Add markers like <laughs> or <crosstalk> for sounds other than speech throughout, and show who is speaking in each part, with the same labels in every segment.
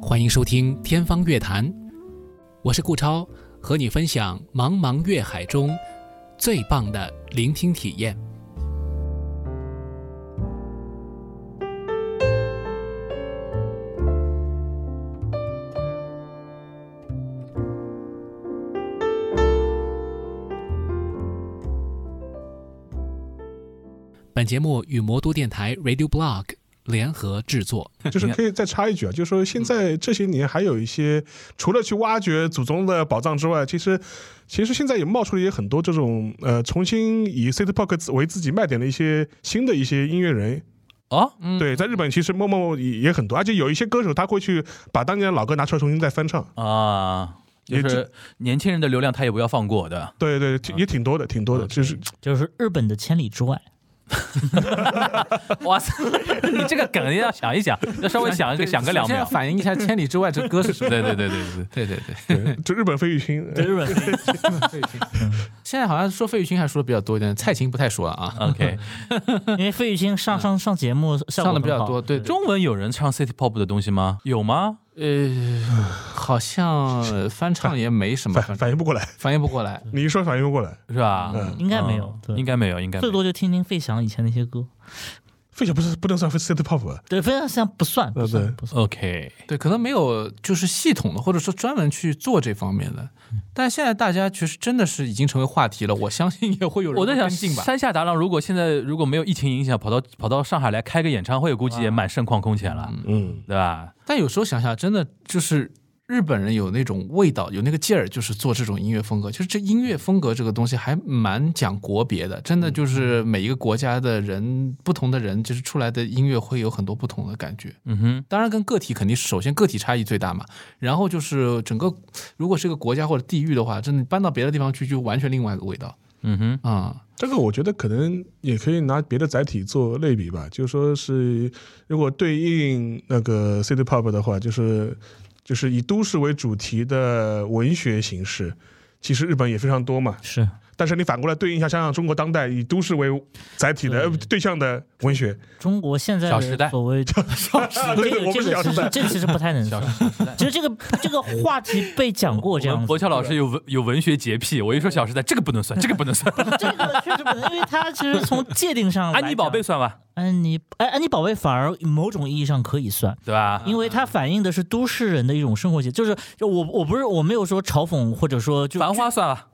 Speaker 1: 欢迎收听《天方乐坛》，我是顾超，和你分享茫茫乐海中最棒的聆听体验。本节目与魔都电台 Radio Blog 联合制作。
Speaker 2: 就是可以再插一句啊，就是说现在这些年还有一些，除了去挖掘祖宗的宝藏之外，其实其实现在也冒出了也很多这种呃，重新以 City Pop 为自己卖点的一些新的一些音乐人。
Speaker 3: 哦，
Speaker 2: 对，在日本其实默默也也很多，而且有一些歌手他会去把当年的老歌拿出来重新再翻唱。
Speaker 3: 啊，就
Speaker 2: 也
Speaker 3: 是年轻人的流量他也不要放过
Speaker 2: <laughs>
Speaker 3: 的。
Speaker 2: 对对，挺也挺多的，挺多的，就是
Speaker 4: 就是日本的千里之外，
Speaker 3: 哇塞， <laughs> 你这个梗要想一想，要稍微想一个想个两
Speaker 5: 首先要
Speaker 3: 秒。
Speaker 5: 反映一下《千里之外》这歌是
Speaker 3: <laughs>
Speaker 5: 什
Speaker 3: 对
Speaker 5: 么。
Speaker 3: 对对对对
Speaker 5: 对对对，
Speaker 2: 对就日本费玉清。
Speaker 4: 对日本
Speaker 3: <laughs>
Speaker 5: 费玉清。现在好像说费玉清还说的比较多一点，蔡琴不太说了啊。
Speaker 3: 对，OK。
Speaker 4: 因为费玉清
Speaker 3: 嗯
Speaker 4: 上上上节目效果
Speaker 5: 上的
Speaker 4: 很
Speaker 5: 比较
Speaker 4: 好
Speaker 5: 多对
Speaker 3: 中文有人唱 City Pop 的东西吗？有吗？
Speaker 5: 呃，好像翻唱也没
Speaker 3: <laughs>
Speaker 5: 什么，
Speaker 2: 反反应不过来，
Speaker 5: 反应不过来。
Speaker 2: 你一说反应不过来，
Speaker 3: 是吧？
Speaker 2: 嗯
Speaker 4: 应该没有，对
Speaker 3: 嗯应该没有，应该没有
Speaker 4: 最多就听听费翔以前那些歌。
Speaker 2: 费雪不是不能算 City Pop 吧？
Speaker 4: 对，费翔不
Speaker 3: 嗯
Speaker 4: 算，不
Speaker 2: 对
Speaker 4: 算，不算。
Speaker 3: OK。
Speaker 5: 对，可能没有就是系统的，或者说专门去做这方面的。
Speaker 3: 嗯
Speaker 5: 但现在大家其实真的是已经成为话题了，我相信也会有人
Speaker 3: 我在想，
Speaker 5: 跟进吧。
Speaker 3: 山下达郎如果现在如果没有疫情影响，跑到跑到上海来开个演唱会，估计也蛮盛况空前了，
Speaker 2: 嗯，
Speaker 3: 对吧？
Speaker 5: 但有时候想想，真的就是日本人有那种味道，有那个劲儿，就是做这种音乐风格。就是这音乐风格这个东西还蛮讲国别的，真的就是每一个国家的人，不同的人，就是出来的音乐会有很多不同的感觉。
Speaker 3: 嗯哼，
Speaker 5: 当然，跟个体肯定首先个体差异最大嘛，然后就是整个，如果是一个国家或者地域的话，真的搬到别的地方去，就完全另外一个味道
Speaker 3: 嗯哼，
Speaker 5: 啊、
Speaker 2: 这个我觉得可能也可以拿别的载体做类比吧，就是说是如果对应那个 City Pop 的话，就是就是以都市为主题的文学形式，其实日本也非常多嘛。
Speaker 4: 是，
Speaker 2: 但是你反过来对应一下，想想中国当代以都市为载体的
Speaker 4: 对
Speaker 2: 呃对象的文学，
Speaker 4: 中国现在
Speaker 3: 小时代
Speaker 4: 的所
Speaker 3: <laughs>
Speaker 4: 谓小时代，这
Speaker 2: 对
Speaker 4: 个
Speaker 2: 我
Speaker 4: 这
Speaker 2: 不是
Speaker 4: 个
Speaker 2: 小
Speaker 4: 其
Speaker 2: 时代
Speaker 4: 实 <laughs> 这个其实不太能算。其实这个这个话题被讲过这
Speaker 3: 我
Speaker 4: 样子，
Speaker 3: 们博乔老师有文有文学洁癖，我一说《小时代》，这个不能算，这个不
Speaker 4: <laughs>
Speaker 3: 能算，
Speaker 4: 这个确实不能，因为它其实从界定上，
Speaker 3: 安妮宝贝，算吧，
Speaker 4: 安妮，哎，安妮宝贝反而某种意义上可以算，
Speaker 3: 对吧？
Speaker 4: 因为它反映的是都市人的一种生活节，就是就我我不是我没有说嘲讽或者说就
Speaker 3: 繁花算吧，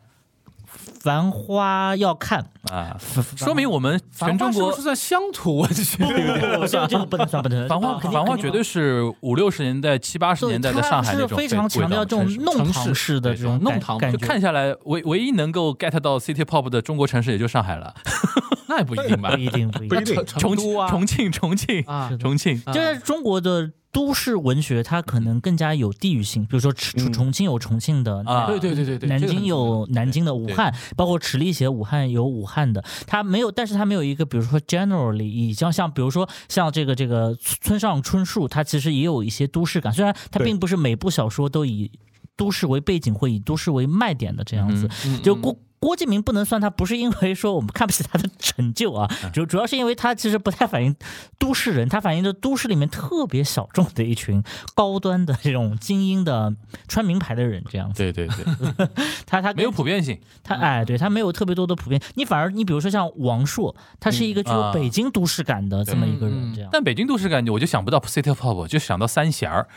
Speaker 4: 繁花要看，
Speaker 3: 啊，
Speaker 4: 繁繁
Speaker 3: 说明我们全中
Speaker 5: 繁花是不
Speaker 3: 国
Speaker 5: 是算乡土文学，
Speaker 4: 不不不 <laughs> 不，这个这个不能算不能算，
Speaker 3: 繁花
Speaker 4: 啊肯定
Speaker 3: 繁花
Speaker 4: 肯定
Speaker 3: 绝
Speaker 4: 不
Speaker 3: 对是五六十年代七八十
Speaker 4: 对
Speaker 3: 年代的
Speaker 4: 它
Speaker 3: 上海那
Speaker 4: 是
Speaker 3: 种
Speaker 4: 非常强调这种弄
Speaker 3: 弄。
Speaker 5: 城市
Speaker 4: 堂式的
Speaker 3: 对
Speaker 4: 这种
Speaker 5: 弄
Speaker 4: 感
Speaker 5: 堂
Speaker 4: 感
Speaker 3: 就
Speaker 4: 觉，
Speaker 3: 看下来，唯唯一能够 get 到 City Pop 的中国城市也就上海了， <laughs>
Speaker 5: 那也不一定吧
Speaker 4: <laughs> 不？一定不一
Speaker 2: 不
Speaker 4: 定
Speaker 2: 一，定。
Speaker 5: 成
Speaker 3: 重
Speaker 5: 都
Speaker 3: 庆、
Speaker 5: 啊，
Speaker 3: 重庆、重庆、
Speaker 5: 啊
Speaker 4: 是，的
Speaker 3: 重庆，
Speaker 5: 啊
Speaker 4: 就是中国的都市文学，它可能更加有地域性，比如说重
Speaker 2: 嗯
Speaker 4: 重庆有重庆的
Speaker 3: 啊
Speaker 5: 对对对对对，
Speaker 4: 南
Speaker 5: 这个很
Speaker 4: 京有南京的，武
Speaker 5: 对
Speaker 4: 汉包括池力写武汉有武汉的，它没有，但是它没有一个，比如说 generally，以像像比如说像这个这个村上春树，他其实也有一些都市感，虽然他
Speaker 2: 对
Speaker 4: 并不是每部小说都以都市为背景或以都市为卖点的这样子，
Speaker 5: 嗯
Speaker 4: 就郭郭敬明不能算他，不是因为说我们看不起他的成就啊，
Speaker 5: 嗯
Speaker 4: 主主要是因为他其实不太反映都市人，他反映的都市里面特别小众的一群高端的这种精英的穿名牌的人这样子，
Speaker 3: 对对对，
Speaker 4: 他他跟
Speaker 3: <laughs> 没有普遍性，
Speaker 4: 他哎，对他没有特别多的普遍，你反而你比如说像王朔，他是一个具有
Speaker 3: 啊
Speaker 4: 北京都市感的这么一个
Speaker 5: 嗯嗯
Speaker 4: 人这样，
Speaker 3: 但北京都市感觉我就想不到 City Pop，就想到三弦儿。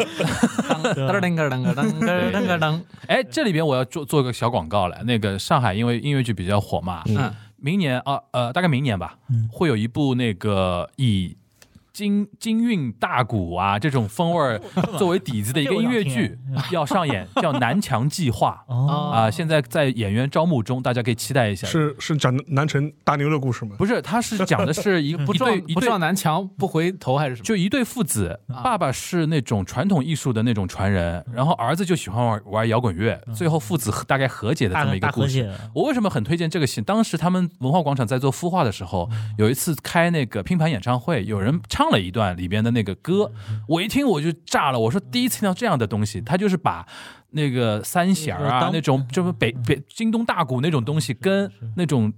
Speaker 5: 噔噔噔噔噔 <laughs> 噔噔噔，
Speaker 3: 哎，这里边我要做做个小广告了。那个上海因为音乐剧比较火嘛，
Speaker 5: 嗯，
Speaker 3: 明年啊呃，大概明年吧，
Speaker 4: 嗯
Speaker 3: 会有一部那个以京京韵大鼓啊这种风味儿作为底子的一个
Speaker 4: 这我
Speaker 3: 音
Speaker 4: 想
Speaker 3: 乐
Speaker 4: 听
Speaker 3: 剧要上演，叫《南墙计划》。
Speaker 4: 哦，
Speaker 5: 哦
Speaker 3: 啊、现在在演员招募中，大家可以期待一下。
Speaker 2: 是是讲南城大牛的故事吗？
Speaker 3: 不是，他是讲的是一
Speaker 5: 不
Speaker 3: 一对
Speaker 5: 撞
Speaker 3: 一
Speaker 5: 不
Speaker 3: 对
Speaker 5: 撞南墙不回头还是什么？
Speaker 3: 就一对父子，爸爸是那种传统艺术的那种传人，然后儿子就喜欢玩玩摇滚乐，最后父子和大概和解的这
Speaker 4: 大
Speaker 3: 么一个
Speaker 4: 大
Speaker 3: 故
Speaker 4: 和
Speaker 3: 事。
Speaker 4: 解，
Speaker 3: 我为什么很推荐这个戏？当时他们文化广场在做孵化的时候，有一次开那个拼盘演唱会，有人唱了一段里边的那个歌，我一听我就炸了，我说第一次听到这样的东西，他就是把那个三弦儿
Speaker 4: 就是
Speaker 3: 啊
Speaker 4: 当
Speaker 3: 那种就是北北京东大鼓那种东西跟那种。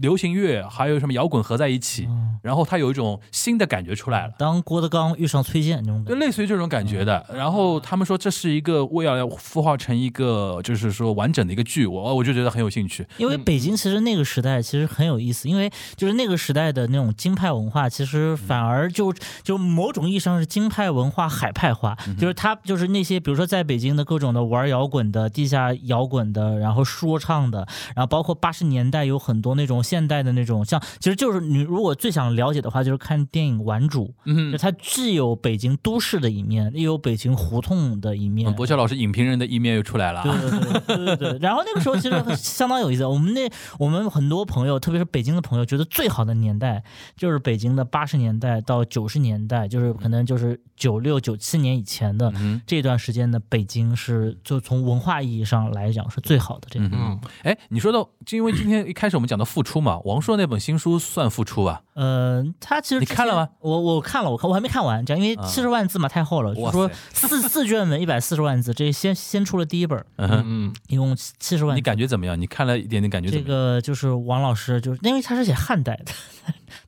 Speaker 3: 流行乐还有什么摇滚合在一起，然后它有一种新的感觉出来了。
Speaker 4: 当郭德纲遇上崔健那种
Speaker 3: 就
Speaker 4: 感觉，
Speaker 3: 类似于这种感觉的。然后他们说这是一个为了要孵化成一个就是说完整的一个剧，我我就觉得很有兴趣。
Speaker 4: 因为北京其实那个时代其实很有意思，因为就是那个时代的那种京派文化，其实反而就就某种意义上是京派文化海派化，就是他就是那些比如说在北京的各种的玩摇滚的、地下摇滚的，然后说唱的，然后包括八十年代有很多那种现代的那种，像其实就是你如果最想了解的话，就是看电影《顽主》，就
Speaker 3: 嗯，
Speaker 4: 它既有北京都市的一面，也有北京胡同的一面。
Speaker 3: 嗯博乔老师影评人的一面又出来了啊。
Speaker 4: 对对对对对对。然后那个时候其实相当有意思，我们那我们很多朋友，特别是北京的朋友，觉得最好的年代就是北京的八十年代到九十年代，就是可能就是九六九七年以前的
Speaker 3: 嗯
Speaker 4: 这段时间的北京是，就从文化意义上来讲是最好的这个。
Speaker 3: 嗯哼，哎，你说到，就因为今天一开始我们讲到付出嘛，王朔那本新书算付出吧？
Speaker 4: 呃，他其实
Speaker 3: 你
Speaker 4: 之
Speaker 3: 看了
Speaker 4: 前
Speaker 3: 吗？
Speaker 4: 我我看了，我看我还没看完，这样因为
Speaker 3: 啊
Speaker 4: 七十万字嘛太厚了，就
Speaker 3: 哇
Speaker 4: 是说
Speaker 3: 塞
Speaker 4: 四四卷文一百四十万字，这先先出了第一本，
Speaker 3: 嗯哼，
Speaker 5: 嗯，
Speaker 4: 一共七十万
Speaker 3: 你
Speaker 4: 字。
Speaker 3: 感觉怎么样？你看了一点点，感觉
Speaker 4: 这
Speaker 3: 怎么样？
Speaker 4: 个就是王老师，就是因为他是写汉代的，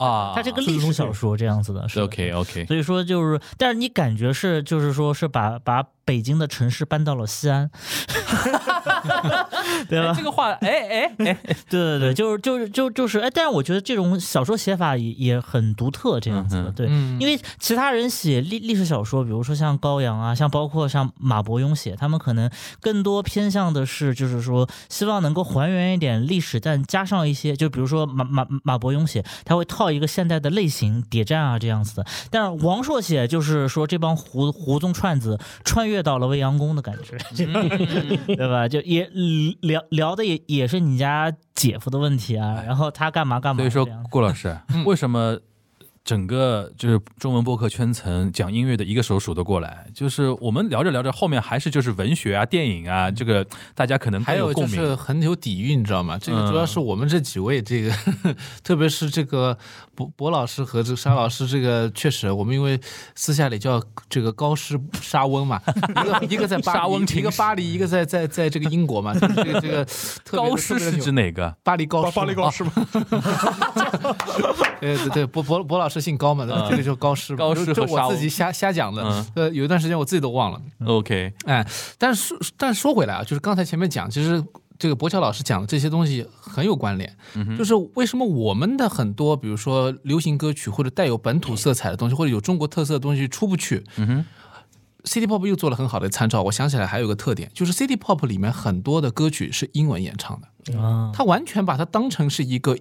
Speaker 3: 啊，
Speaker 4: 他这个历史小说这样子的，是的
Speaker 3: OK OK，
Speaker 4: 所以说就是，但是你感觉是，就是说是把把北京的城市搬到了西安， <laughs> 对吧
Speaker 3: 这？个话，哎哎哎，
Speaker 4: 对对对，就是就是就就是，哎，但是我觉得这种小说写法也也很独特，这样子
Speaker 3: 嗯
Speaker 4: 的，
Speaker 3: 哼
Speaker 4: 对，
Speaker 5: 嗯 <laughs>
Speaker 4: 因为其他人写历历史小说，比如说像高阳啊，像包括像马伯庸写，他们可能更多偏向的是，就是说希望能够还原一点历史，但加上一些，就比如说马马马伯庸写，他会套一个现代的类型谍战啊这样子的。但是王朔写就是说这帮胡胡宗串子穿越到了未央宫的感觉， <laughs>
Speaker 3: 嗯
Speaker 4: 对吧？就也聊聊的也也是你家姐夫的问题啊，
Speaker 5: 哎
Speaker 4: 然后他干嘛干嘛
Speaker 3: 所
Speaker 4: 这
Speaker 3: 以
Speaker 4: 样子，
Speaker 3: 说，顾
Speaker 4: <laughs>
Speaker 3: 老师，
Speaker 5: 嗯
Speaker 3: 为什么整个就是中文播客圈层讲音乐的一个手数得过来？就是我们聊着聊着，后面还是就是文学啊、电影啊，这个大家可能
Speaker 5: 嗯还
Speaker 3: 更
Speaker 5: 有就
Speaker 3: 共鸣。嗯
Speaker 5: 是很有底蕴，你知道吗？这个主要是我们这几位，这个、 <laughs> 特别是这个博博老师和这个沙老师，这个确实，我们因为私下里叫这个高师沙翁嘛， <laughs> 一个一个在巴
Speaker 3: 沙翁
Speaker 5: 黎，
Speaker 3: 情
Speaker 5: 一个巴黎，一个在在在这个英国嘛，这个这个特别
Speaker 3: 高师是指
Speaker 5: 特别有
Speaker 3: 哪个？
Speaker 5: 巴黎高
Speaker 2: 巴
Speaker 5: 师，
Speaker 2: 巴黎高，
Speaker 3: 啊
Speaker 2: 师嘛，
Speaker 5: 呃对对对，博博博老师姓高嘛，对吧？
Speaker 3: 嗯
Speaker 5: 这个就高师嘛，
Speaker 3: 高师
Speaker 5: 就
Speaker 3: 和
Speaker 5: 就
Speaker 3: 沙
Speaker 5: 我
Speaker 3: 翁
Speaker 5: 自己瞎瞎讲的
Speaker 3: 嗯，
Speaker 5: 呃，有一段时间我自己都忘了。
Speaker 3: OK，
Speaker 5: 哎，但是但是说回来啊，就是刚才前面讲，其实这个博乔老师讲的这些东西很有关联，
Speaker 3: 嗯
Speaker 5: 就是为什么我们的很多，比如说流行歌曲或者带有本土色彩的东西，或者有中国特色的东西出不去，嗯
Speaker 3: 哼。
Speaker 5: City Pop 又做了很好的参照，我想起来还有个特点，就是 City Pop 里面很多的歌曲是英文演唱的，
Speaker 4: 啊，
Speaker 5: 他完全把它当成是一个。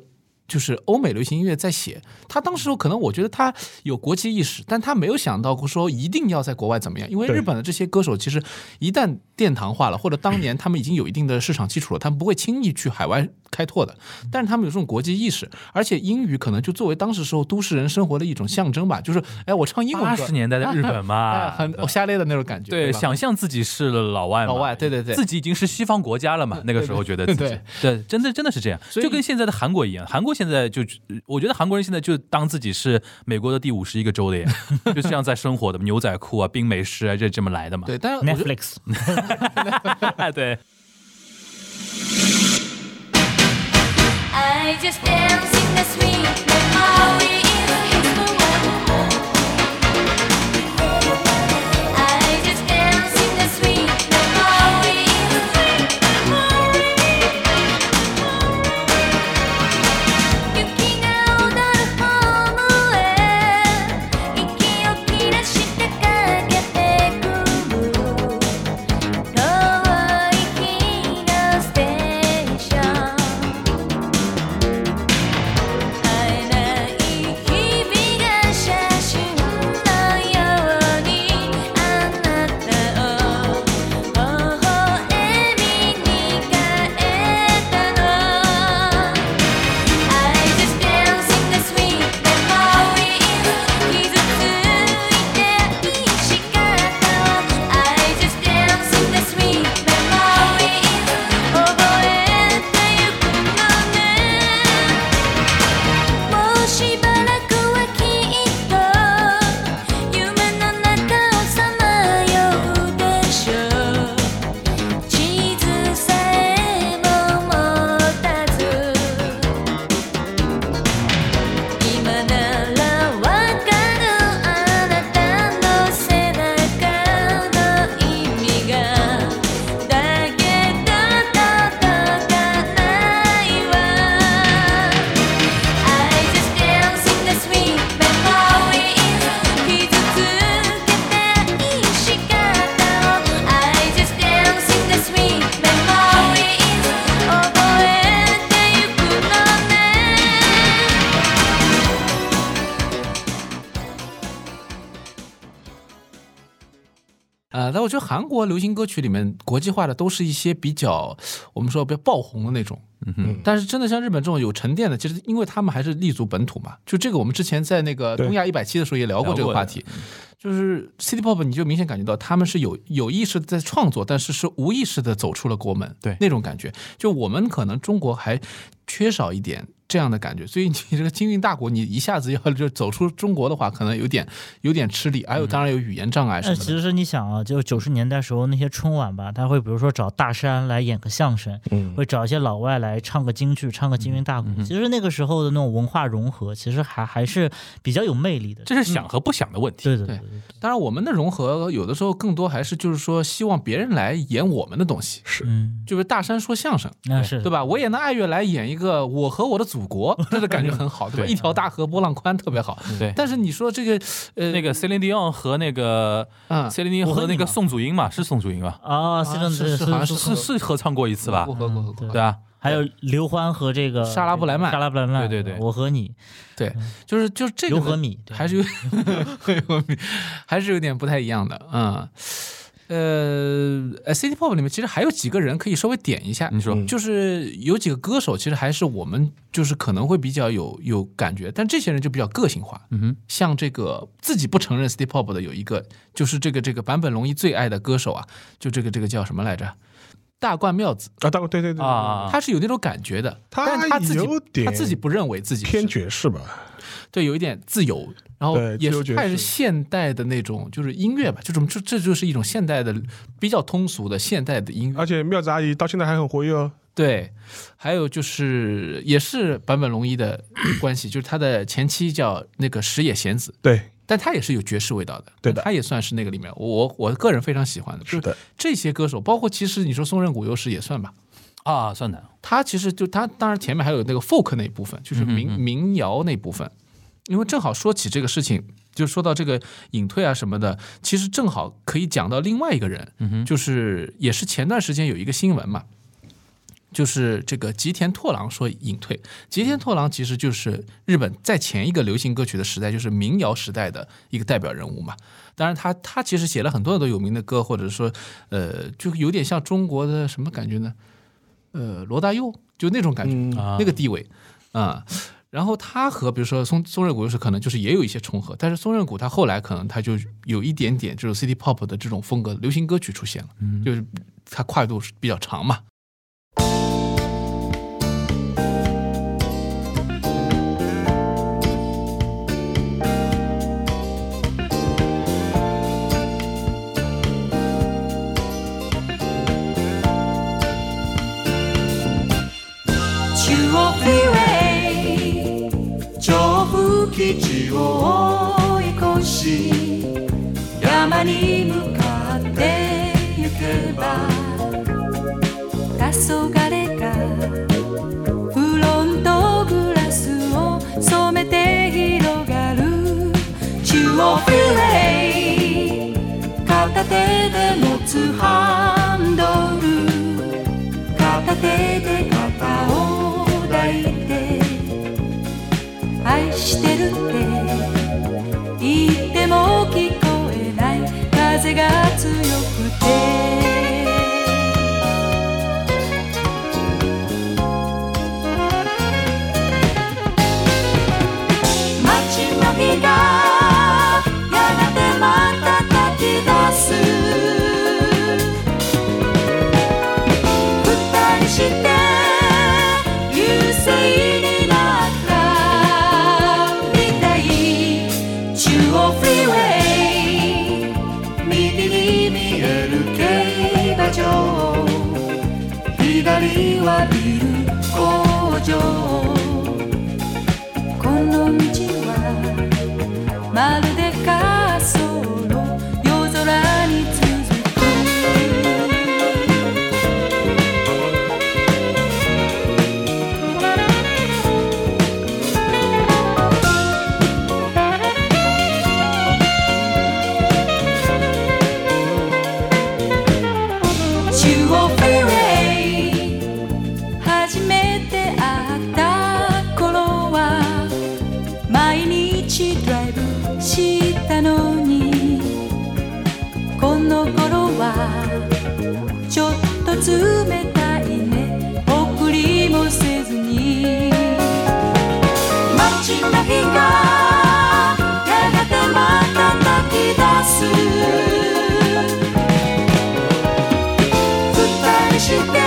Speaker 5: 就是欧美流行音乐在写，他当时可能我觉得他有国际意识，但他没有想到过说一定要在国外怎么样，因为
Speaker 2: 对
Speaker 5: 日本的这些歌手其实一旦殿堂化了，或者当年他们已经有一定的市场基础了，他们不会轻易去海外开拓的。
Speaker 3: 嗯
Speaker 5: 但是他们有这种国际意识，而且英语可能就作为当时时候都市人生活的一种象征吧，就是哎，我唱英文
Speaker 3: 八
Speaker 5: 歌
Speaker 3: 十，年代的日本
Speaker 5: <laughs> 哎，
Speaker 3: 嘛，
Speaker 5: 很
Speaker 3: 对
Speaker 5: 瞎咧的那种感觉，
Speaker 3: 对，
Speaker 5: 吧
Speaker 3: 想象自己是老外嘛，
Speaker 5: 老外对对对
Speaker 3: 自己已经是西方国家了嘛，那个时候觉得自己
Speaker 5: 对
Speaker 3: 对，真的真的是这样，
Speaker 5: 所以
Speaker 3: 就跟现在的韩国一样，韩国现在就我觉得韩国人现在就当自己是美国的第五十一个州的
Speaker 5: <laughs>
Speaker 3: 呀，就这样在生活的牛仔裤啊、冰美式啊，这这么来的嘛，
Speaker 5: 对，但是我觉得
Speaker 4: Netflix
Speaker 3: 对 <laughs> 对，
Speaker 6: I just dance in the sweet memory in his room. I just dance in the sweet memory in his room. 雪が踊るホームへ息を切らして駆けてくる。遠い日のステーション」「会えない
Speaker 5: 呃但我觉得韩国流行歌曲里面国际化的都是一些比较我们说比较爆红的那种。
Speaker 3: 嗯哼，
Speaker 5: 但是真的像日本这种有沉淀的，其实因为他们还是立足本土嘛。就这个，我们之前在那个
Speaker 2: 对
Speaker 5: 东亚一百期的时候也聊过这个话题，就是 City Pop，你就明显感觉到他们是有有意识地在创作，但是是无意识的走出了国门，
Speaker 3: 对
Speaker 5: 那种感觉。就我们可能中国还缺少一点。这样的感觉，所以你这个经运大国，你一下子要就走出中国的话，可能有点有点吃力。还有，当然有语言障碍什
Speaker 4: 那
Speaker 5: 么
Speaker 4: 呃其
Speaker 5: 的。
Speaker 4: 实是你想啊，就九十年代时候那些春晚吧，他会比如说找大山来演个相声，
Speaker 2: 嗯
Speaker 4: 会找一些老外来唱个京剧，唱个
Speaker 3: 嗯
Speaker 4: 京韵大鼓。其实那个时候的那种文化融合，其实还还是比较有魅力的。
Speaker 3: 这是想和不想的问题。
Speaker 4: 对对对对，
Speaker 5: 当然，我们的融合有的时候更多还是就是说，希望别人来演我们的东西，
Speaker 2: 是
Speaker 4: 嗯，
Speaker 5: 就是大山说相声，
Speaker 4: 那是
Speaker 5: 对
Speaker 4: 吧？
Speaker 5: 吧？我也拿爱乐来演一个我和我的祖国， <laughs> 这个感觉很好，对吧？
Speaker 3: 对
Speaker 5: 一条大河波浪宽，特别好。
Speaker 3: 对，
Speaker 5: 但是你说这个，呃，
Speaker 3: 那个 Celine Dion 和那个
Speaker 5: 嗯，
Speaker 3: Celine Dion
Speaker 4: 我和
Speaker 3: 和那
Speaker 4: 你
Speaker 3: 个
Speaker 4: 嘛
Speaker 3: 宋祖英嘛，是宋祖英吧？
Speaker 4: 啊，是
Speaker 5: 是
Speaker 4: 是
Speaker 5: 是好像
Speaker 4: 是，
Speaker 3: 是是合唱过一次吧
Speaker 5: 不？合不合不合
Speaker 4: 嗯
Speaker 3: 对啊，
Speaker 4: 还有刘欢和这个
Speaker 5: 莎拉布莱曼
Speaker 4: 莎拉布莱曼，
Speaker 3: 对对对
Speaker 4: 我和你，
Speaker 5: 对，就是就是这个
Speaker 4: 刘
Speaker 5: 呢
Speaker 4: 和米，对
Speaker 5: 还是有 <laughs> 还是有点不太一样的，嗯。呃呃，City Pop 里面其实还有几个人可以稍微点一下，
Speaker 3: 你说
Speaker 5: 就是有几个歌手，其实还是我们就是可能会比较有有感觉，但这些人就比较个性化。嗯
Speaker 3: 哼，
Speaker 5: 像这个自己不承认 City Pop 的有一个，就是这个这个坂本龙一最爱的歌手啊，就这个这个叫什么来着？大冠妙子，
Speaker 2: 啊，大对对对，
Speaker 3: 啊，
Speaker 5: 他是有那种感觉的，
Speaker 2: 他
Speaker 5: 但他自己
Speaker 2: 有点
Speaker 5: 他自己不认为自己是
Speaker 2: 偏爵士吧？
Speaker 5: 对，有一点自由，然后
Speaker 2: 对
Speaker 5: 也
Speaker 2: 自由
Speaker 5: 是
Speaker 2: 爵
Speaker 5: 带
Speaker 2: 士
Speaker 5: 着现代的那种，就是音乐吧，就这种，这这就是一种现代的比较通俗的现代的音乐。
Speaker 2: 而且妙子阿姨到现在还很活跃哦。
Speaker 5: 对，还有就是也是坂本龙一的关系，就是他的前妻叫那个石野贤子，
Speaker 2: 对，
Speaker 5: 但他也是有爵士味道的，
Speaker 2: 对的
Speaker 5: 他也算是那个里面我我我个人非常喜欢的，就是
Speaker 2: 的，
Speaker 5: 这些歌手，包括其实你说松任谷优史也算吧，
Speaker 3: 啊，算的，
Speaker 5: 他其实就他当然前面还有那个 folk 那一部分，就是民
Speaker 3: 嗯嗯嗯
Speaker 5: 民谣那部分，因为正好说起这个事情，就说到这个隐退啊什么的，其实正好可以讲到另外一个人，
Speaker 3: 嗯
Speaker 5: 就是也是前段时间有一个新闻嘛。就是这个吉田拓郎说隐退，吉田拓郎其实就是日本在前一个流行歌曲的时代，就是民谣时代的一个代表人物嘛。当然他，他其实写了很多很多有名的歌，或者说，呃，就有点像中国的什么感觉呢？呃，罗大佑就那种感觉，
Speaker 2: 嗯
Speaker 3: 啊
Speaker 5: 那个地位啊、然后他和比如说松松任谷又是可能就是也有一些重合，但是松任谷他后来可能他就有一点点这种 City Pop 的这种风格，流行歌曲出现了，就是它跨度是比较长嘛。
Speaker 6: 中央フリーウェイ上部基地を追い越し山に向かって行けば黄昏がフロントグラスを染めて広がる中央フリーウェイ片手で持つハンドル片手で肩を抱いて愛してるって言っても聞こえない風が強くて街の日がやがてまたき出す二人して優勢になったみたい中央フリーウェイ右に見える競馬場左はビル工場この道はまるで滑走路夜空に続く中央フリーウェイ初めて会った頃は毎日ドライブしたのにこの頃こ冷たいね送りもせずに街の日がやがてまた泣き出す二人して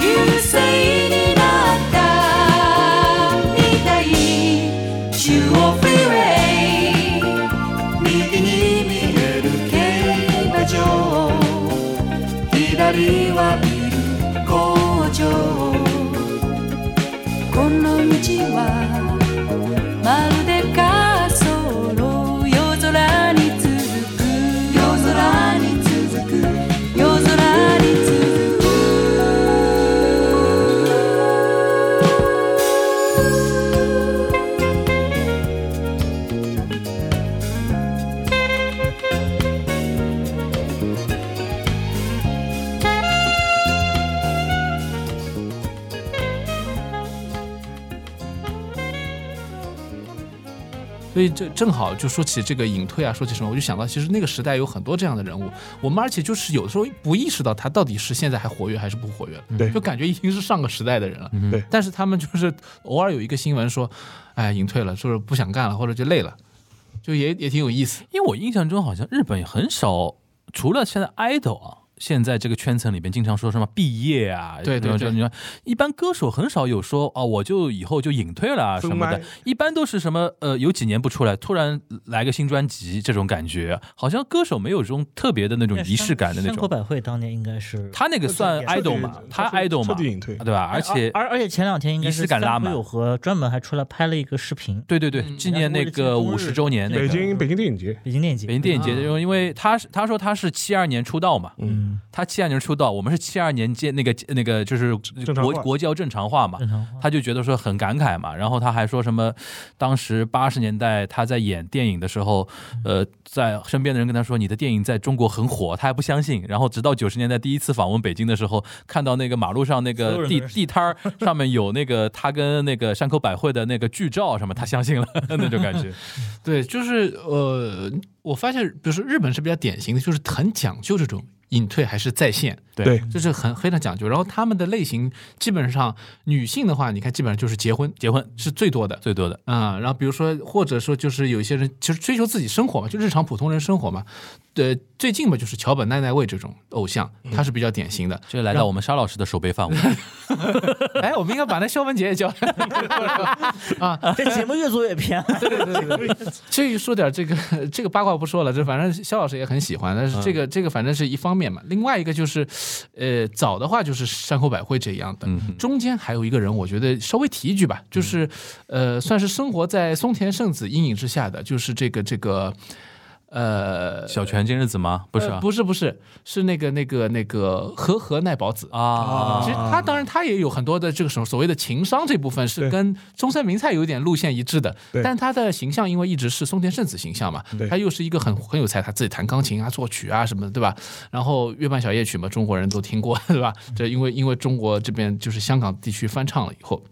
Speaker 6: 優勢になったみたい中央フリーウェイ右に見える競馬場左はビル工場この道はまるで滑走路夜空に続く夜空に続く夜空に続く
Speaker 5: 所以这正好就说起这个隐退啊，说起什么，我就想到其实那个时代有很多这样的人物，我们而且就是有的时候不意识到他到底是现在还活跃还是不活跃了，
Speaker 2: 对嗯
Speaker 5: 就感觉已经是上个时代的人了。
Speaker 2: 对
Speaker 5: 但是他们就是偶尔有一个新闻说，哎，隐退了，就是不想干了，或者就累了，就也也挺有意思。
Speaker 3: 因为我印象中好像日本也很少，除了现在 idol 啊，现在这个圈层里边经常说什么毕业啊，
Speaker 5: 对对
Speaker 3: 比方
Speaker 5: 对
Speaker 3: 说你说一般歌手很少有说哦，我就以后就隐退了啊什么的
Speaker 2: 封麦，
Speaker 3: 一般都是什么呃，有几年不出来，突然来个新专辑这种感觉，好像歌手没有这种特别的那种仪式感的那
Speaker 4: 山口
Speaker 3: 种。
Speaker 4: 百惠当年应该是
Speaker 3: 他那个算
Speaker 4: 彻
Speaker 2: 底
Speaker 3: idol 嘛，他
Speaker 2: 彻底
Speaker 3: idol
Speaker 2: 彻
Speaker 3: 嘛，
Speaker 2: 底隐退
Speaker 3: 对吧？而且
Speaker 4: 而而且前两天应该
Speaker 3: 仪
Speaker 4: 是
Speaker 3: 式感拉满
Speaker 4: 三浦友和专门还出来拍了一个视频，
Speaker 3: 对对对，纪念那个五十周年那个
Speaker 2: 北京北京电影节，
Speaker 4: 北京电影节，
Speaker 3: 北京电影节，因为因为他是他说他是七二年出道嘛，
Speaker 4: 嗯，
Speaker 3: 他七二年出道，我们是七二年建那个那个就是
Speaker 2: 正常
Speaker 3: 国
Speaker 2: 化
Speaker 3: 国教正常化嘛
Speaker 4: 正，常话
Speaker 3: 他就觉得说很感慨嘛，然后他还说什么，当时八十年代他在演电影的时候，呃，在身边的人跟他说你的电影在中国很火，他还不相信，然后直到九十年代第一次访问北京的时候，看到那个马路上那
Speaker 4: 所有
Speaker 3: 个
Speaker 4: 人
Speaker 3: 地
Speaker 4: 都是
Speaker 3: 地
Speaker 4: <laughs>
Speaker 3: 摊儿上面有那个他跟那个山口百惠的那个剧照什么，他相信了 <laughs> 那种感觉，
Speaker 5: 对，就是呃，我发现，比如说日本是比较典型的，就是很讲究这种隐退还是在线，
Speaker 2: 对，
Speaker 5: 就是很非常讲究。然后他们的类型基本上，女性的话，你看基本上就是结婚，
Speaker 3: 结婚
Speaker 5: 是最多的。
Speaker 3: 最多的。
Speaker 5: 啊、然后比如说，或者说就是有一些人其实追求自己生活嘛，就日常普通人生活嘛。对，最近嘛就是桥本奈奈未这种偶像，他是比较典型的。
Speaker 3: 这来到我们沙老师的手背范围，
Speaker 5: <laughs> 哎，我们应该把那肖文杰也叫来。
Speaker 4: 这节目越做越偏，
Speaker 5: <laughs> 至于说点这个 <laughs> 这个八卦不说了，这反正肖老师也很喜欢，但是这个、这个反正是一方面嘛。另外一个就是，呃，早的话就是山口百惠这样的，
Speaker 3: 嗯
Speaker 5: 中间还有一个人，我觉得稍微提一句吧，就是，呃，算是生活在松田圣子阴影之下的，就是这个这个，呃，
Speaker 3: 小泉今日子吗？不是
Speaker 5: 呃
Speaker 3: 啊，
Speaker 5: 不是不是是那个那个那个和和奈保子。
Speaker 3: 啊
Speaker 5: 其实他当然他也有很多的这个什么所谓的情商这部分是
Speaker 2: 对
Speaker 5: 跟中山明菜有点路线一致的，
Speaker 2: 对
Speaker 5: 但他的形象因为一直是松田圣子形象嘛
Speaker 2: 对，
Speaker 5: 他又是一个很很有才，他自己弹钢琴啊、作曲啊什么的，对吧？然后月半小夜曲嘛，中国人都听过，对吧？这因为因为中国这边就是香港地区翻唱了以后，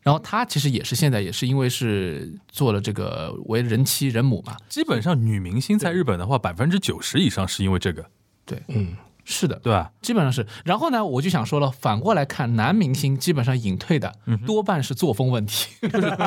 Speaker 5: 然后他其实也是现在也是因为是做了这个为人妻人母嘛，
Speaker 3: 基本上女明星在日本的话，百分之九十以上是因为这个，
Speaker 5: 是的，
Speaker 3: 对吧？
Speaker 5: <laughs> 基本上是。然后呢，我就想说了，反过来看，男明星基本上隐退的多半是作风问题。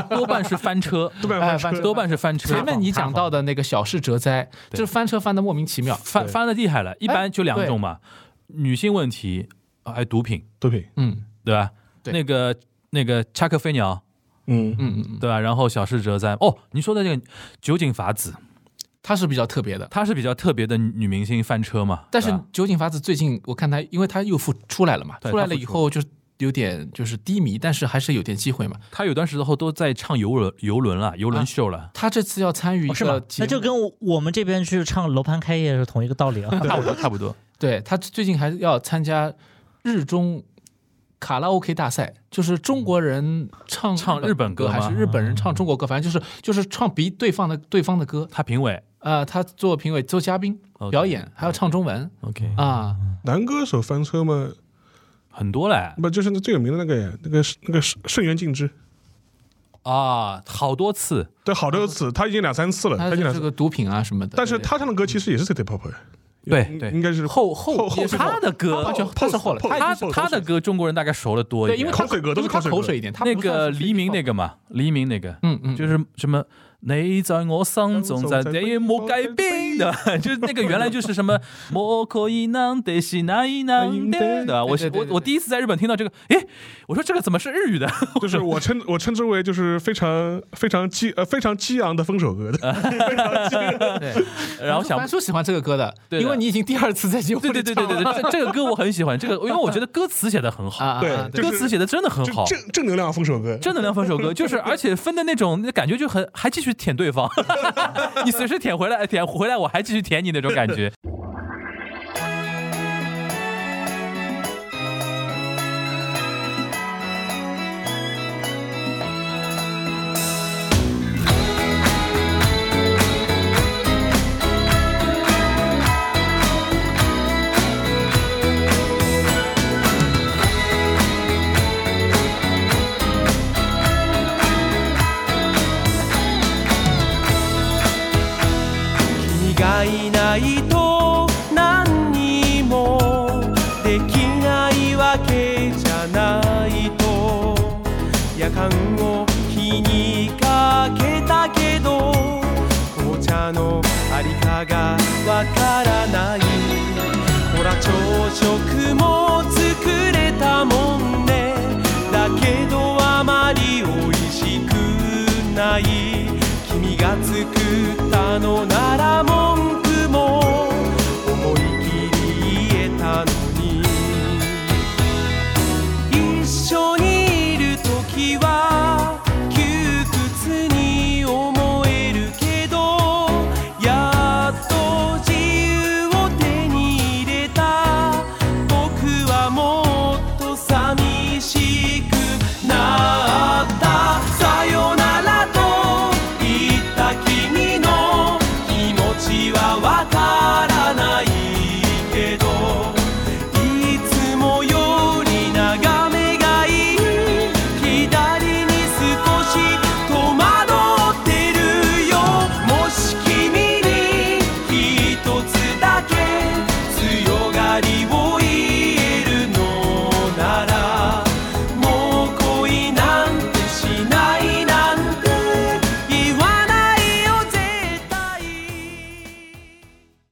Speaker 3: 多半是翻车，
Speaker 2: 多半
Speaker 5: 哎
Speaker 2: 呃翻车
Speaker 3: 多半是翻车。哦
Speaker 5: 前面你讲到的那个小室哲哉，就是翻车翻的莫名其妙。
Speaker 3: 翻翻的厉害了，一般就两种嘛，
Speaker 5: 哎
Speaker 3: 女性问题还有毒品，
Speaker 2: 毒品，
Speaker 5: 嗯
Speaker 3: 对吧？
Speaker 5: 对
Speaker 3: 那个那个恰克飞鸟，
Speaker 2: 嗯，
Speaker 5: 嗯嗯嗯，
Speaker 3: 对吧？然后小室哲哉，哦，你说的这个酒井法子，
Speaker 5: 她是比较特别的。
Speaker 3: 她是比较特别的女明星翻车嘛，
Speaker 5: 但是
Speaker 3: 对吧
Speaker 5: 酒井法子最近我看她，因为她又复出来了嘛，
Speaker 3: 对
Speaker 5: 出来了以后就有点就是低迷，但是还是有点机会嘛。
Speaker 3: 她有段时候都在唱游轮游轮了，
Speaker 5: 啊
Speaker 3: 游轮秀
Speaker 5: <laughs>
Speaker 3: 了。
Speaker 5: 她这次要参与一
Speaker 4: 哦是吗
Speaker 5: 个？节
Speaker 4: 那
Speaker 5: 目，
Speaker 4: 就跟我我们这边去唱《楼盘开业》是同一个道理
Speaker 5: <laughs>
Speaker 4: 啊。
Speaker 3: 差不多，差不多，
Speaker 5: 对她最近还要参加日中。卡拉 OK 大赛就是中国人唱
Speaker 3: 唱日本歌
Speaker 5: 还是
Speaker 3: 吗
Speaker 5: 日本人唱中国歌，反正就是就是唱比对方的对方的歌，
Speaker 3: 她评委
Speaker 5: 呃，他做评委、做嘉宾、
Speaker 3: OK 嗯
Speaker 5: 表演，还要唱中文
Speaker 3: ，OK，
Speaker 5: 啊。
Speaker 2: 男歌手翻车嘛，
Speaker 3: 很多嘞
Speaker 2: 不就是那最有名的那个呀，那个那个盛盛源敬之，
Speaker 3: 啊，好多次，
Speaker 2: 对，好多次，他已经两三次了，他已
Speaker 5: 他
Speaker 2: 经
Speaker 5: 就
Speaker 2: 两
Speaker 5: 是
Speaker 2: 三，
Speaker 5: 个毒品啊什么的。
Speaker 2: 但是
Speaker 5: 对
Speaker 2: 他唱的歌其实也是 city pop，
Speaker 3: 对
Speaker 2: 应
Speaker 3: 对
Speaker 2: 应该是
Speaker 3: 后后
Speaker 2: 后后是
Speaker 3: 他的歌，
Speaker 5: 他就他是后来，
Speaker 2: 后
Speaker 3: 他
Speaker 2: 后后
Speaker 3: 他的歌中国人大概熟的多一
Speaker 5: 对，
Speaker 3: 点，
Speaker 5: 因为
Speaker 2: 口水歌都
Speaker 5: 都
Speaker 2: 是
Speaker 5: 是
Speaker 2: 口
Speaker 5: 他
Speaker 2: 水歌
Speaker 5: 口水一点，他
Speaker 3: 那
Speaker 5: 不
Speaker 3: 个
Speaker 5: 算是
Speaker 3: 黎明那个嘛，黎明那个，
Speaker 5: 嗯嗯，
Speaker 3: 就是什么。你在我心中，在你莫改变的， <laughs> 就是那个原来就是什
Speaker 5: <laughs>
Speaker 3: 么莫可以难得是难难得的。我
Speaker 5: 对对对
Speaker 3: 我
Speaker 5: 对
Speaker 3: 我第一次在日本听到这个，诶，我说这个怎么是日
Speaker 5: <laughs>
Speaker 3: 语的？
Speaker 2: 就是我称我称之为就是非常非常激呃非常激昂的分手歌的，
Speaker 5: 嗯对。
Speaker 3: 然后想
Speaker 5: 樊叔喜欢这个歌的，
Speaker 3: 对的
Speaker 5: 因为你已经第二次在节目
Speaker 3: 对
Speaker 5: 里
Speaker 3: 对对对对对，这这个歌我很喜欢，这个因为我觉得歌词写的很
Speaker 5: 啊
Speaker 3: 好，
Speaker 5: 啊，
Speaker 2: 对
Speaker 5: 啊
Speaker 2: 就
Speaker 3: 歌词写的真的很好
Speaker 2: 就，正正能量分手歌，
Speaker 3: 正能量分手歌，就是而且分的那种那感觉就很还继续舔对方， <laughs> 你随时舔回来，舔回来我还继续舔你那种感觉。
Speaker 7: 君がいないと何にもできないわけじゃないと夜間を火にかけたけど紅茶のありかがわからないほら朝食も作れたもんねだけどあまり美味しくない君が作ったのなら文句も思い切り言えたのに一緒にいる時は窮屈に思えるけどやっと自由を手に入れた僕はもっと寂しくなったさよならと言った君の気持ちはわからないけどいつもより眺めがいい左に少し戸惑ってるよもし君に一つだけ強がりを言えるのならもう恋なんてしないなんて言わないよ絶対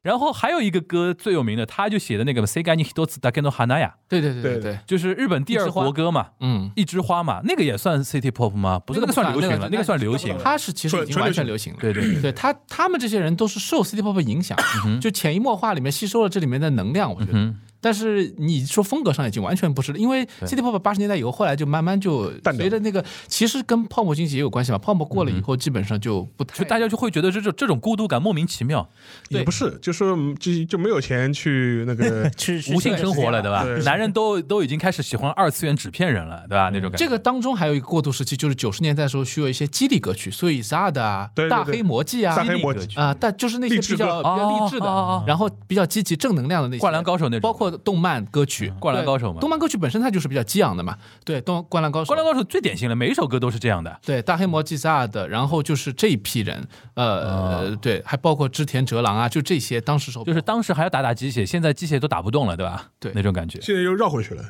Speaker 3: 然后还有一个歌最有名的，他就写的那个《s e g a n i Hitotsu d a k e no Hana ya
Speaker 5: 对对对
Speaker 2: 对
Speaker 5: 对对，
Speaker 3: 就是日本第二国歌嘛，
Speaker 5: 嗯，
Speaker 3: 一枝花嘛，那个也算 City Pop 吗？不是，那个
Speaker 5: 那个
Speaker 3: 算
Speaker 5: 不
Speaker 3: 流行
Speaker 5: 算
Speaker 3: 了，那
Speaker 5: 那
Speaker 3: 个
Speaker 5: 个
Speaker 3: 算流行了。
Speaker 5: 他是其实已经
Speaker 2: 纯
Speaker 5: 完全流行了。
Speaker 3: 对对对
Speaker 5: 对他，他们这些人都是受 City Pop 影响，就潜移默化里面吸收了这里面的能量，我觉得。
Speaker 3: 嗯，
Speaker 5: 但是你说风格上已经完全不是了，因为 City Pop 八十年代以后，后来就慢慢就
Speaker 2: 淡掉
Speaker 5: 随着那个，其实跟泡沫经济也有关系吧。泡沫过了以后，基本上就不太
Speaker 3: 嗯就大家就会觉得这种这种孤独感莫名其妙，
Speaker 2: 也不是，就说嗯就就没有钱去那个
Speaker 4: 是是
Speaker 3: 无性
Speaker 4: 是
Speaker 3: 生活了，对吧
Speaker 2: 对？
Speaker 3: 男人都都已经开始喜欢二次元纸片人了，对吧？那种感觉。
Speaker 5: 这个当中还有一个过渡时期，就是九十年代的时候需要一些激励歌曲，所以 Zad 啊
Speaker 2: 对对对、
Speaker 5: 大黑魔记啊
Speaker 2: 大、黑魔
Speaker 3: 犀利歌曲
Speaker 5: 啊，但就是那些
Speaker 2: 励志
Speaker 5: 比
Speaker 2: 歌
Speaker 5: 较比较励志
Speaker 3: 哦哦哦哦
Speaker 5: 的，然后比较积极正能量的那些，
Speaker 3: 灌篮高手那种
Speaker 5: 包括动漫歌曲，
Speaker 3: 灌篮
Speaker 5: 对
Speaker 3: 高手嘛
Speaker 5: 动漫歌曲本身它就是比较激昂的嘛，对，动灌篮高手，
Speaker 3: 灌篮高手最典型了，每一首歌都是这样的。
Speaker 5: 对大黑魔记 Zad，然后就是这一批人，呃，对，还包括织田哲郎啊，就这些当时手
Speaker 3: 啊就是当时还要打打机械，现在机械都打不动了，对吧？
Speaker 5: 对
Speaker 3: 那种感觉。
Speaker 2: 现在又绕回去了。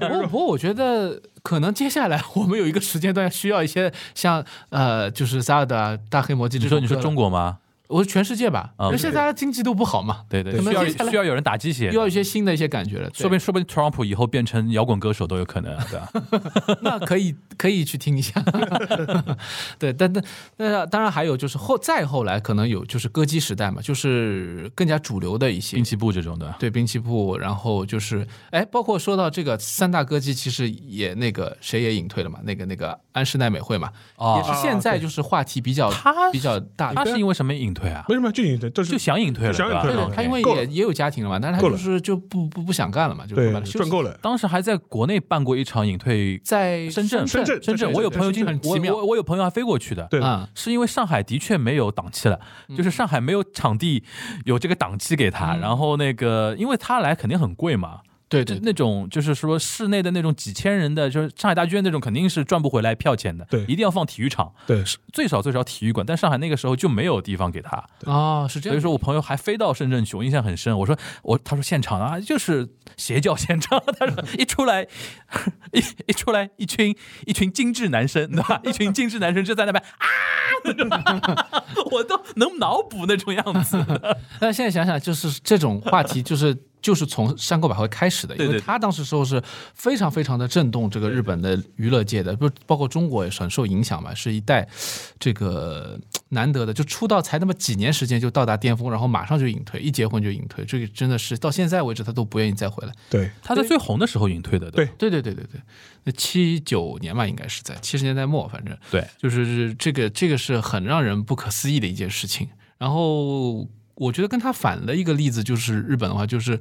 Speaker 5: 不过，不过我觉得可能接下来我们有一个时间段需要一些像呃，就是 Zad 啊、大黑魔记这
Speaker 3: 你
Speaker 5: 种
Speaker 3: 说你说
Speaker 5: 歌
Speaker 3: 中国吗？
Speaker 5: 我说全世界吧，
Speaker 3: 啊
Speaker 5: 因为现在大家经济都不好嘛，
Speaker 3: 对对，
Speaker 5: 可
Speaker 3: 需
Speaker 5: 能
Speaker 3: 要
Speaker 5: 接下来
Speaker 3: 需要有人打机械
Speaker 5: 又，要一些新的一些感觉了。
Speaker 3: 说不定说不定 Trump 以后变成摇滚歌手都有可能，啊对吧？
Speaker 5: 对 <laughs> 那可以可以去听一下。 <laughs> 对，但但那当然还有就是后再后来可能有就是歌姬时代嘛，就是更加主流的一些
Speaker 3: 滨。崎步这种的，
Speaker 5: 对兵器部，然后就是哎，包括说到这个三大歌姬，其实也那个谁也隐退了嘛，那个那个安室奈美惠嘛，
Speaker 3: 哦
Speaker 2: 啊
Speaker 5: 也是现在就是话题比较、
Speaker 3: 她
Speaker 5: 比较大的
Speaker 3: 他是因为什么隐退啊？
Speaker 2: 为什么就你这
Speaker 3: 就是想隐退了，
Speaker 2: 想隐
Speaker 3: 对吧
Speaker 2: 退
Speaker 5: 对
Speaker 2: 了
Speaker 5: 的，他因为
Speaker 2: 够了
Speaker 5: 也也有家庭了嘛，但是他
Speaker 2: 够了
Speaker 5: 就是就不不不想干了嘛，就
Speaker 2: 对
Speaker 5: 说白了休息
Speaker 2: 赚够了，
Speaker 3: 当时还在国内办过一场隐退，
Speaker 5: 在
Speaker 3: 深圳
Speaker 5: 深
Speaker 2: 圳
Speaker 3: 深圳，我有朋友经
Speaker 5: 很
Speaker 3: 常，
Speaker 5: 奇
Speaker 3: 我
Speaker 5: 妙
Speaker 3: 我我有朋友还飞过去的，
Speaker 2: 对
Speaker 5: 啊，
Speaker 3: 是因为上海的确没有档期了，就是上海没有场地有这个档期给他，然后那个因为他来肯定很贵嘛。
Speaker 5: 对
Speaker 3: 这
Speaker 5: 对，
Speaker 3: 那种就是说室内的那种几千人的，就是上海大剧院那种，肯定是赚不回来票钱的。
Speaker 2: 对
Speaker 3: 一定要放体育场，
Speaker 2: 对，
Speaker 3: 最少最少体育馆。但上海那个时候就没有地方给他，
Speaker 5: 哦，是这
Speaker 3: 所
Speaker 5: 样
Speaker 3: 以。说我朋友还飞到深圳去，我印象很深。我说我他说现场啊就是邪教现场， <laughs> 他说一出来一一出来一群一群精致男生， <laughs> 对吧？一群精致男生就在那边啊，那种 <laughs> 我都能脑补那种样子。
Speaker 5: <laughs> 但现在想想，就是这种话题，就是就是从山口百惠开始的，
Speaker 3: 对
Speaker 5: 因为
Speaker 3: 对
Speaker 5: 他当时时候是非常非常的震动这个日本的娱乐界的，不包括中国也是很受影响嘛，是一代这个难得的，就出道才那么几年时间就到达巅峰，然后马上就隐退，一结婚就隐退，这个真的是到现在为止他都不愿意再回来。
Speaker 2: 对，
Speaker 3: 他在最红的时候隐退的，吧
Speaker 5: 对对对对对，那七九年吧，应该是在七十年代末，反正
Speaker 3: 对，
Speaker 5: 就是这个这个是很让人不可思议的一件事情。然后我觉得跟他反的一个例子就是日本的话，就是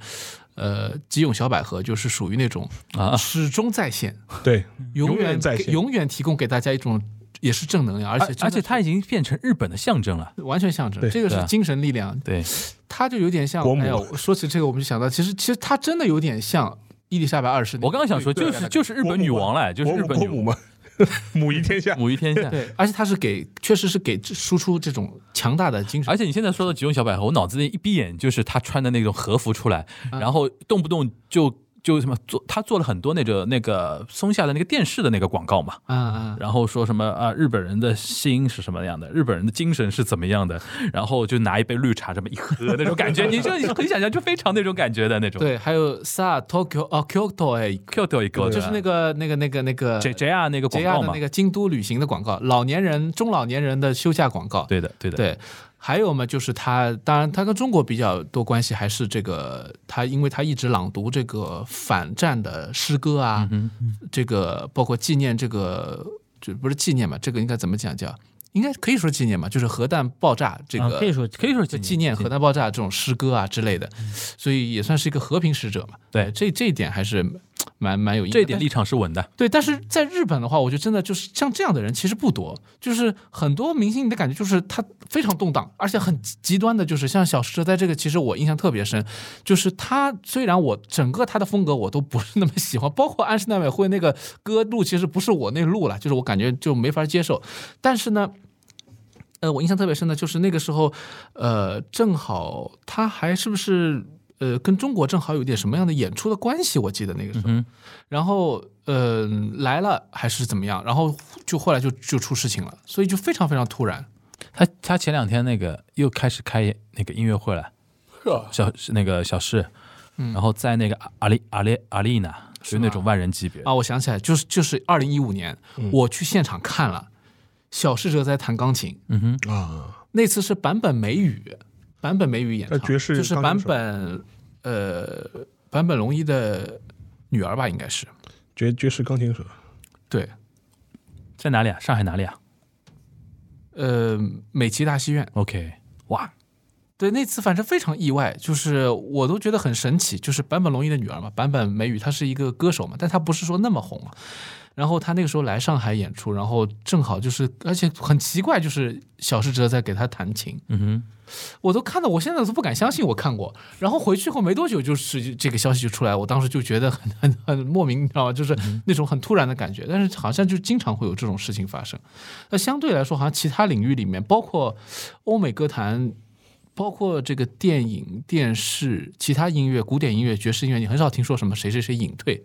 Speaker 5: 呃吉永小百合就是属于那种
Speaker 3: 啊
Speaker 5: 始终在线，
Speaker 2: 对，
Speaker 5: 永
Speaker 2: 永远在
Speaker 5: 给
Speaker 2: 线
Speaker 5: 永远提供给大家一种也是正能量，而
Speaker 3: 而
Speaker 5: 且
Speaker 3: 而且他已经变成日本的象征了。
Speaker 5: 完全象征
Speaker 2: 对
Speaker 5: 这个
Speaker 3: 对
Speaker 5: 是
Speaker 3: 啊
Speaker 5: 精神力量，
Speaker 3: 对，
Speaker 5: 他就有点像
Speaker 2: 国母
Speaker 5: 哎呀，我说起这个我们就想到，其实其实他真的有点像伊丽莎白二世那个。
Speaker 3: 我刚刚想说，
Speaker 5: 对
Speaker 3: 就是就是日本女王嘞，就是
Speaker 2: 国
Speaker 3: 日
Speaker 2: 母
Speaker 3: 本
Speaker 2: 国
Speaker 3: 女
Speaker 2: 母
Speaker 3: 王
Speaker 2: 嘛， <laughs> 母仪天下。
Speaker 3: 母仪
Speaker 5: <laughs>
Speaker 3: 天下。
Speaker 5: 对，而且他是给，确实是给输出这种强大的精神。
Speaker 3: 而且你现在说到吉永小百合，我脑子里一闭眼就是她穿的那种和服出来，
Speaker 5: 啊
Speaker 3: 然后动不动就就什么做，她做了很多那个那个松下的那个电视的那个广告嘛，
Speaker 5: 啊啊，
Speaker 3: 然后说什么啊日本人的心是什么样的，日本人的精神是怎么样的，然后就拿一杯绿茶这么一喝那种
Speaker 5: <laughs>
Speaker 3: 感觉，你就很想象，就非常那种感觉的那种。
Speaker 5: 对，还有 sa Tokyo 哦 Kyoto 哎，
Speaker 3: ，Q 掉一个
Speaker 5: 就是那
Speaker 3: 个
Speaker 5: 个那个那个那个
Speaker 3: J J R 那个广
Speaker 5: JR
Speaker 3: 告
Speaker 5: 的
Speaker 3: 嘛
Speaker 5: 那，个京都旅行的广告，老年人中老年人的休假广告。
Speaker 3: 对的对的，
Speaker 5: 对，还有嘛，就是他，当然他跟中国比较多关系，还是这个他，因为他一直朗读这个反战的诗歌啊，
Speaker 3: 嗯
Speaker 5: 这个包括纪念这个，就不是纪念嘛，这个应该怎么讲叫？应该可以说纪念嘛，就是核弹爆炸这
Speaker 4: 啊
Speaker 5: 个，
Speaker 4: 可以说
Speaker 3: 可以说纪
Speaker 5: 就
Speaker 3: 嗯
Speaker 5: 纪念核弹爆炸这种诗歌啊之类的，所以也算是一个和平使者嘛。
Speaker 3: 对
Speaker 5: 哎这这一点还是嗯蛮蛮有意思。
Speaker 3: 这一点立场是稳的。
Speaker 5: 对，但是在日本的话，我觉得真的就是像这样的人其实不多，就是很多明星你的感觉就是他非常动荡，而且很极极端的，就是像小石哲在这个，其实我印象特别深，就是他虽然我整个他的风格我都不是那么喜欢，包括安室奈美惠那个歌路其实不是我那路了，就是我感觉就没法接受，但是呢。呃，我印象特别深的就是那个时候，呃，正好他还是不是呃跟中国正好有点什么样的演出的关系？我记得那个时候，然后呃来了还是怎么样，然后就后来就就出事情了，所以就非常非常突然。
Speaker 3: 他他前两天那个又开始开那个音乐会了，小那个小事，然后在那个阿阿里阿里阿丽娜，嗯就是哦那种万人级别。
Speaker 5: 啊，我想起来，就是就是二零一五年、我去现场看了小侍者在弹钢琴，
Speaker 2: 啊，
Speaker 5: 那次是坂本美雨，坂本美雨演唱，
Speaker 2: 呃爵士
Speaker 5: 就是
Speaker 2: 钢
Speaker 5: 坂
Speaker 2: 琴手
Speaker 5: 本呃坂本龙一的女儿吧，应该是
Speaker 2: 爵爵士钢琴手，
Speaker 5: 对，
Speaker 3: 在哪里啊？上海哪里啊
Speaker 5: 呃美琪大戏院。
Speaker 3: ？OK，哇，
Speaker 5: 对，那次反正非常意外，就是我都觉得很神奇，就是坂本龙一的女儿嘛，坂本美雨，她是一个歌手嘛，但她不是说那么红啊。然后她那个时候来上海演出，然后正好就是，而且很奇怪，就是小石哲在给她弹琴，
Speaker 3: 嗯哼，
Speaker 5: 我都看到，我现在都不敢相信我看过。然后回去后没多久，就是这个消息就出来，我当时就觉得很很很莫名，你知道吗？就是
Speaker 3: 嗯
Speaker 5: 那种很突然的感觉。但是好像就经常会有这种事情发生。那相对来说，好像其他领域里面，包括欧美歌坛，包括这个电影、电视、其他音乐、古典音乐、爵士音乐，你很少听说什么谁谁谁隐退，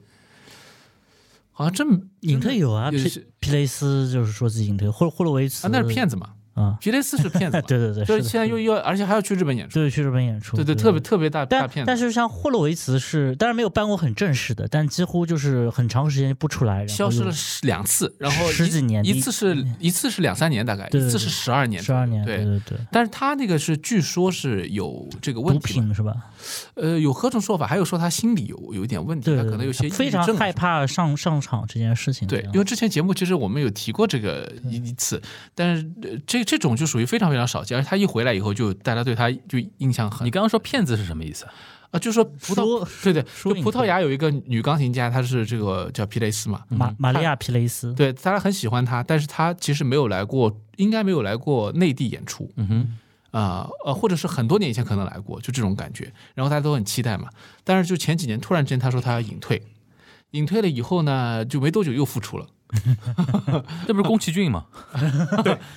Speaker 5: 好像真
Speaker 4: 隐退有啊，
Speaker 5: 有
Speaker 4: 皮
Speaker 5: 是
Speaker 4: 皮雷斯就是说自己隐退，霍霍洛维茨
Speaker 5: 啊，那是骗子嘛，
Speaker 4: 啊，
Speaker 5: 皮雷斯是骗子嘛，
Speaker 4: <laughs> 对对对，
Speaker 5: 就是是
Speaker 4: 的嗯
Speaker 5: 现在又又要而且还要去日本演出，
Speaker 4: 对去日本演出，
Speaker 5: 对对，特别。特别大大
Speaker 4: 但
Speaker 5: 骗子
Speaker 4: 但。是像霍洛维茨是，当然没有办过很正式的，但几乎就是很长时间不出来，然后
Speaker 5: 消失
Speaker 4: 又
Speaker 5: 了十两次，然后
Speaker 4: 十
Speaker 5: 一
Speaker 4: 几年
Speaker 5: 一次是一次是两三年大概，
Speaker 4: 对对
Speaker 5: 一次是
Speaker 4: 对
Speaker 5: 十二年，
Speaker 4: 十二年，
Speaker 5: 对。
Speaker 4: 对对，
Speaker 5: 但是他那个是据说是有这个问
Speaker 4: 毒
Speaker 5: 题嘛，
Speaker 4: 品是吧？
Speaker 5: 呃，有何种说法，还有说他心理有有一点问题，
Speaker 4: 对，
Speaker 5: 他
Speaker 4: 对
Speaker 5: 可能有些
Speaker 4: 对
Speaker 5: 抑
Speaker 4: 非
Speaker 5: 郁
Speaker 4: 常
Speaker 5: 症啊
Speaker 4: 害怕上上场这件事情这
Speaker 5: 对，
Speaker 4: 样。
Speaker 5: 因为之前节目其实我们有提过这个一一次，但是呃这这种就属于非常非常少见，而且他一回来以后就大家对他就印象很
Speaker 3: 你刚刚说骗子是什么意 <laughs> 思啊？
Speaker 5: 啊，就说葡萄
Speaker 4: 说
Speaker 5: 对对，
Speaker 4: 说
Speaker 5: 就葡萄牙有一个女钢琴家，她是这个叫皮雷斯嘛，
Speaker 4: 玛玛利亚皮雷斯，
Speaker 5: 对，大家很喜欢他，但是他其实没有来过，应该没有来过内地演出。嗯
Speaker 3: 哼，
Speaker 5: 啊呃，或者是很多年以前可能来过，就这种感觉。然后大家都很期待嘛，但是就前几年突然之间他说他要隐退，隐退了以后呢，就没多久又复出了。
Speaker 3: 这不是宫崎骏吗？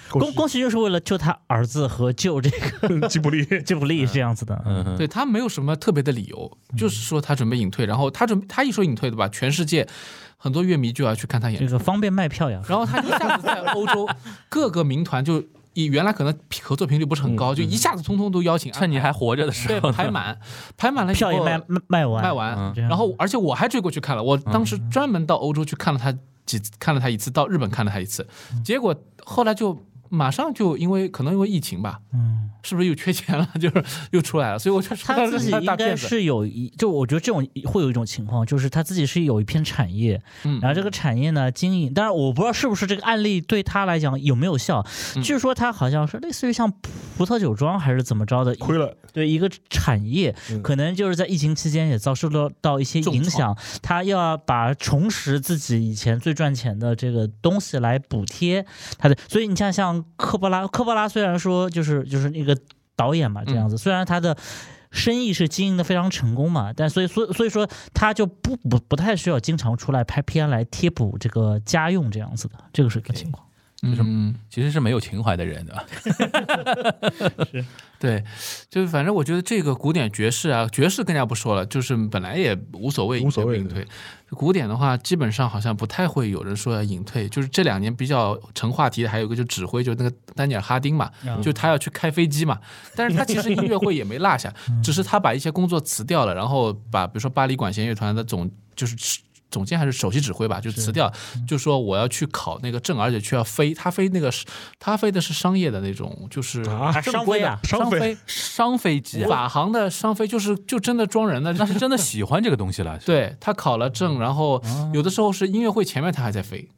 Speaker 4: 宫宫崎骏是为了救他儿子和救这个
Speaker 2: <laughs> 吉卜力，
Speaker 4: <laughs> 吉卜力这样子的，
Speaker 3: 嗯，
Speaker 5: 对他没有什么特别的理由，就是说他准备隐退，然后他准备他一说隐退对吧，全世界很多乐迷就要去看他演
Speaker 4: 这
Speaker 3: 嗯
Speaker 5: 出，
Speaker 4: 个方便卖票
Speaker 5: <laughs>
Speaker 4: 呀。
Speaker 5: 然后他一下子在欧
Speaker 3: <laughs>
Speaker 5: 洲各个民团就以原来可能合作频率不是很高，就一下子通通都邀请，
Speaker 3: 嗯趁你还活着的时
Speaker 5: 对
Speaker 3: 候，
Speaker 5: 排满，排满了以后
Speaker 4: 票也卖卖卖完，嗯
Speaker 5: 卖完，
Speaker 3: 嗯
Speaker 4: 这样
Speaker 5: 然后而且我还追过去看了，我当时专门到欧洲去看了他几次，看了他一次，到日本看了他一次，
Speaker 4: 嗯
Speaker 5: 结果后来就马上就因为可能因为疫情吧，
Speaker 4: 嗯，
Speaker 5: 是不是又缺钱了， <laughs> 就是又出来了，所以我就说
Speaker 4: 他
Speaker 5: 是
Speaker 4: 自己
Speaker 5: <laughs> 大
Speaker 4: 应
Speaker 5: 大骗
Speaker 4: 该
Speaker 5: 子。
Speaker 4: 是有一，就我觉得这种会有一种情况，就是他自己是有一片产业，
Speaker 5: 嗯
Speaker 4: 然后这个产业呢经营，当然我不知道是不是这个案例对他来讲有没有效。
Speaker 5: 嗯
Speaker 4: 据说他好像是类似于像葡萄酒庄还是怎么着的，
Speaker 2: 亏了。
Speaker 4: 对一个产业，
Speaker 2: 嗯
Speaker 4: 可能就是在疫情期间也遭受到到一些影响，他又要把重拾自己以前最赚钱的这个东西来补贴他的，所以你像像科波拉，科波拉虽然说就是就是那个导演嘛这样子，虽然他的。生意是经营的非常成功嘛，但所以所以所以说他就不不不太需要经常出来拍片来贴补这个家用这样子的，这个是个情况。
Speaker 5: 嗯，
Speaker 3: 其实是没有情怀的人的。
Speaker 5: 对，就是反正我觉得这个古典爵士啊，爵士更加不说了，就是本来也无所谓
Speaker 2: 无所谓
Speaker 5: 隐退不隐退。古典的话，基本上好像不太会有人说要隐退，就是这两年比较成话题的还有一个就指挥，就是那个丹尼尔哈丁嘛，就他要去开飞机嘛，但是他其实音乐会也没落下，只是他把一些工作辞掉了，然后把比如说巴黎管弦乐团的总就是。总监还是首席指挥吧，就辞掉，就说我要去考那个证，而且去要飞，他飞那个是他飞的是商业的那种，就是
Speaker 2: 啊
Speaker 5: 正规的
Speaker 4: 商
Speaker 2: 商飞
Speaker 5: 飞
Speaker 3: 商飞机啊，
Speaker 5: 法航的商飞就是就真的装人的，
Speaker 3: 那是嗯真的喜欢这个东西 <laughs> 了。
Speaker 5: 对他考了证，然后
Speaker 3: 啊
Speaker 5: 有的时候是音乐会前面他还在飞，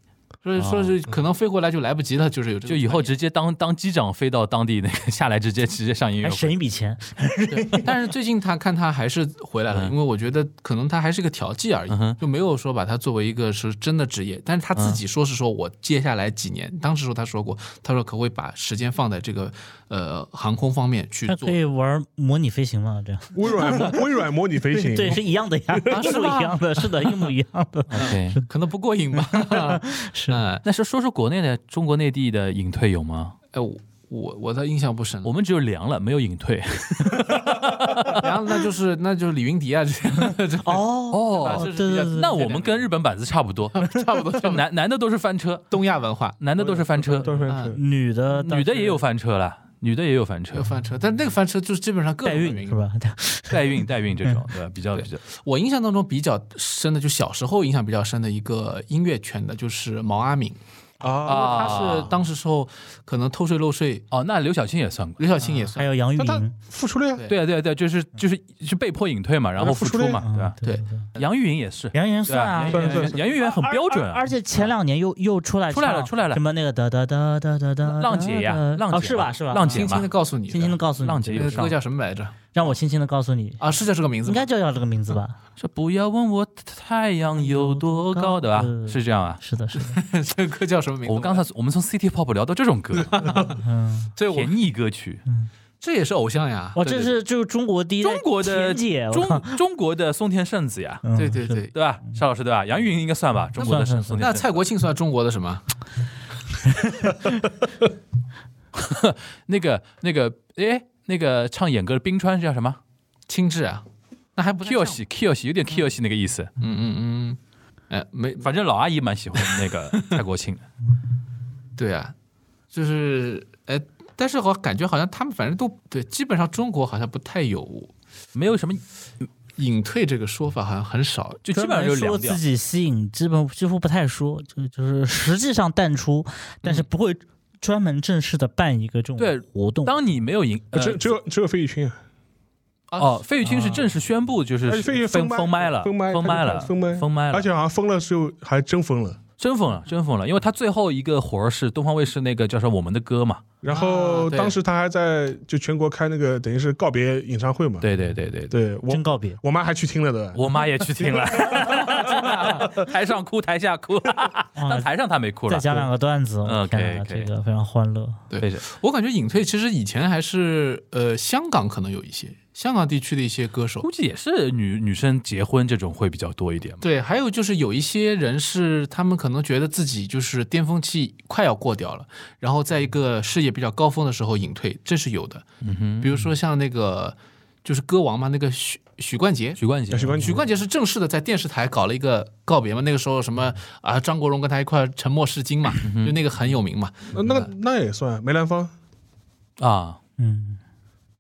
Speaker 5: 所以说是可能飞回来就来不及了，就是有这
Speaker 3: 就
Speaker 5: 个
Speaker 3: 以后
Speaker 5: 观
Speaker 3: 直接当当机长飞到当地那个下来，直接直接上音乐
Speaker 4: 还哎省
Speaker 3: 会。
Speaker 4: 一笔钱，
Speaker 5: 念。对 <laughs> 但是最近他看他还是回来了，
Speaker 3: 嗯
Speaker 5: 因为我觉得可能他还是个调剂而已
Speaker 3: 嗯，哼嗯
Speaker 5: 就没有说把他作为一个是真的职业。但是他自己说是说我接下来几年，当时说他说过，他说可不可以把时间放在这个呃航空方面去
Speaker 4: 他
Speaker 5: 做
Speaker 4: 可。以玩模拟飞行嘛？这样
Speaker 2: 微软微软模拟飞行，
Speaker 4: 对，是一样的
Speaker 3: <laughs>
Speaker 4: 呀，啊是
Speaker 5: 是吧
Speaker 4: 一样的，是的，一模一样的。
Speaker 3: 对，
Speaker 5: 可能不过瘾吧， <laughs>
Speaker 4: 是
Speaker 5: 嗯，
Speaker 3: 那 <laughs> 是说说国内的中国内地的隐退有吗？
Speaker 5: 哎，我我我的印象不深了
Speaker 3: 我。们只有凉了，没有隐退。
Speaker 5: 然后那就是那就是李云迪啊，这样这
Speaker 4: 哦，
Speaker 5: 啊
Speaker 3: 哦
Speaker 5: 这是
Speaker 4: 对
Speaker 5: 比较
Speaker 4: 对对
Speaker 3: 那我们跟日本板子差不多，
Speaker 5: 差不多，差不多。
Speaker 3: 男男的都是翻车，
Speaker 5: 东亚文化
Speaker 3: 男的都是翻车，
Speaker 2: 段帆车
Speaker 4: 女的，
Speaker 3: 女的也有翻车了，女的也有翻
Speaker 5: 没
Speaker 3: 车
Speaker 5: 有，翻车，但那个翻车就是基本上各
Speaker 4: 代
Speaker 5: 种原
Speaker 4: 孕是
Speaker 5: 因。
Speaker 4: 吧？ <laughs>
Speaker 3: 代孕代孕这种，对吧？比较比较，
Speaker 5: 我印象当中比较深的，就小时候印象比较深的一个音乐圈的，就是毛阿敏，
Speaker 2: 啊，
Speaker 5: 他是当时时候可能偷税漏税，
Speaker 3: 哦，那刘晓庆也算过。
Speaker 5: 刘晓庆也
Speaker 4: 还
Speaker 5: 算。
Speaker 4: 有杨钰
Speaker 2: 但他
Speaker 4: 莹，
Speaker 2: 复出了呀，
Speaker 5: 对
Speaker 3: 对啊，对啊，对啊，就是就是就被迫隐退嘛，然后复出嘛，
Speaker 4: 嗯
Speaker 3: 啊对吧？
Speaker 5: 对
Speaker 3: 杨钰莹也是，
Speaker 4: 杨钰莹
Speaker 3: 对
Speaker 4: 算啊
Speaker 3: 啊，
Speaker 2: 算
Speaker 3: 杨钰
Speaker 2: 算
Speaker 3: 莹杨钰莹很标准
Speaker 4: 而
Speaker 3: 啊，
Speaker 4: 而且前两年又又出来
Speaker 3: 出来了
Speaker 4: 唱
Speaker 3: 出来了
Speaker 4: 什么那个哒哒哒哒哒哒，
Speaker 3: 浪姐呀
Speaker 4: 哒哒
Speaker 3: 浪姐
Speaker 4: 哦是吧是吧？
Speaker 3: 浪姐
Speaker 5: 轻轻的告诉你，
Speaker 4: 轻轻的告诉你，
Speaker 3: 浪姐
Speaker 5: 那
Speaker 3: 有
Speaker 5: 个
Speaker 3: 上
Speaker 5: 歌叫什么来着？
Speaker 4: 让我轻轻的告诉你，
Speaker 5: 啊，是叫这个名字
Speaker 4: 应
Speaker 5: 吗？ <laughs>
Speaker 4: 该就叫这个名字吧？
Speaker 3: 说不要问我太阳有多高，对吧
Speaker 4: 嗯？
Speaker 3: 是这样啊。
Speaker 4: 是的，是的，
Speaker 5: 这个歌叫什么名字？
Speaker 3: 我刚才我们从 City Pop 聊到这种歌， <laughs>
Speaker 4: 嗯，
Speaker 5: 对我
Speaker 3: 甜腻歌曲，
Speaker 5: 这也是偶像呀。
Speaker 4: 哇，
Speaker 5: 对
Speaker 4: 哦这是就是中国第一代
Speaker 3: 中国的
Speaker 4: 田姐，我靠
Speaker 3: 中中国的松田圣子呀，
Speaker 4: 嗯
Speaker 5: 对对
Speaker 4: 是的
Speaker 5: 对对。
Speaker 3: 对吧？邵老师对吧？杨钰莹应该算吧，中国的
Speaker 4: 算
Speaker 3: 圣
Speaker 4: 算
Speaker 3: 松田
Speaker 5: 那
Speaker 3: 圣子
Speaker 5: 蔡国庆算中国的什么？
Speaker 3: 那个那个哎，那个唱演歌的冰川是叫什么
Speaker 5: 青雉啊？那还不太像
Speaker 3: ？Kiyoshi Kiyoshi 有点 Kiyoshi 那个意思，
Speaker 5: 嗯嗯嗯，哎，没
Speaker 3: 反正老阿姨蛮喜欢那个蔡国
Speaker 4: <laughs>
Speaker 3: 庆的。
Speaker 5: 对啊，就是哎，但是我感觉好像他们反正都对，基本上中国好像不太有
Speaker 3: 没有什么，
Speaker 5: 隐退这个说法，好像很少。
Speaker 3: 就基本上就
Speaker 4: 专门
Speaker 3: 凉
Speaker 4: 说
Speaker 3: 掉
Speaker 4: 自。己吸引，基本几乎不太说，就就是实际上淡出，但是不会专门正式的办一个这种
Speaker 3: 嗯对
Speaker 4: 活动。
Speaker 3: 当你没有赢，呃
Speaker 2: 只只有只有费玉清啊，
Speaker 4: 啊
Speaker 3: 哦，费玉清是正式宣布就是
Speaker 2: 而且哎费玉清
Speaker 3: 封
Speaker 2: 麦
Speaker 3: 封麦了，
Speaker 2: 封麦
Speaker 3: 封麦了，
Speaker 2: 封麦
Speaker 3: 封麦了
Speaker 2: 而，且好像封了之后还真封了。
Speaker 3: 真封了，真封了，因为他最后一个活儿是东方卫视那个叫什么《我们的歌》嘛，
Speaker 2: 然后
Speaker 5: 啊对
Speaker 2: 当时他还在就全国开那个等于是告别演
Speaker 3: 嗯
Speaker 2: 唱会嘛，
Speaker 4: <laughs>
Speaker 3: 对对对对对，
Speaker 2: 对我
Speaker 4: 真告别，
Speaker 3: 嗯 <laughs>
Speaker 2: 我妈还去听了的，
Speaker 3: 我妈也去听了，啊台上哭，台
Speaker 4: <laughs>
Speaker 3: 下哭，但台上他没哭
Speaker 4: 啊再
Speaker 3: 了。
Speaker 4: 讲两个段子，我
Speaker 3: 嗯
Speaker 4: 天哪，
Speaker 3: 可以可
Speaker 4: 这
Speaker 3: 以
Speaker 4: 个非常欢乐。
Speaker 3: 对对
Speaker 5: 我感觉隐退其实以前还是呃香港可能有一些香港地区的一些歌手
Speaker 3: 估，计也是女女生结婚这种会比较多一点嘛。
Speaker 5: 对，还有就是有一些人是他们可能觉得自己就是巅峰期快要过掉了，然后在一个事业比较高峰的时候隐退，这是有的。
Speaker 3: 嗯哼，
Speaker 5: 比如说像那个就是歌王嘛，那个许许冠杰，
Speaker 3: 许冠杰，
Speaker 2: 许冠
Speaker 5: 许冠杰是正式的在电视台搞了一个告别嘛，那个时候什么啊，张国荣跟他一块儿沉默是金嘛，
Speaker 3: 嗯
Speaker 5: 就那个很有名嘛。
Speaker 2: 那那个那也算梅兰芳
Speaker 3: 啊，
Speaker 4: 嗯，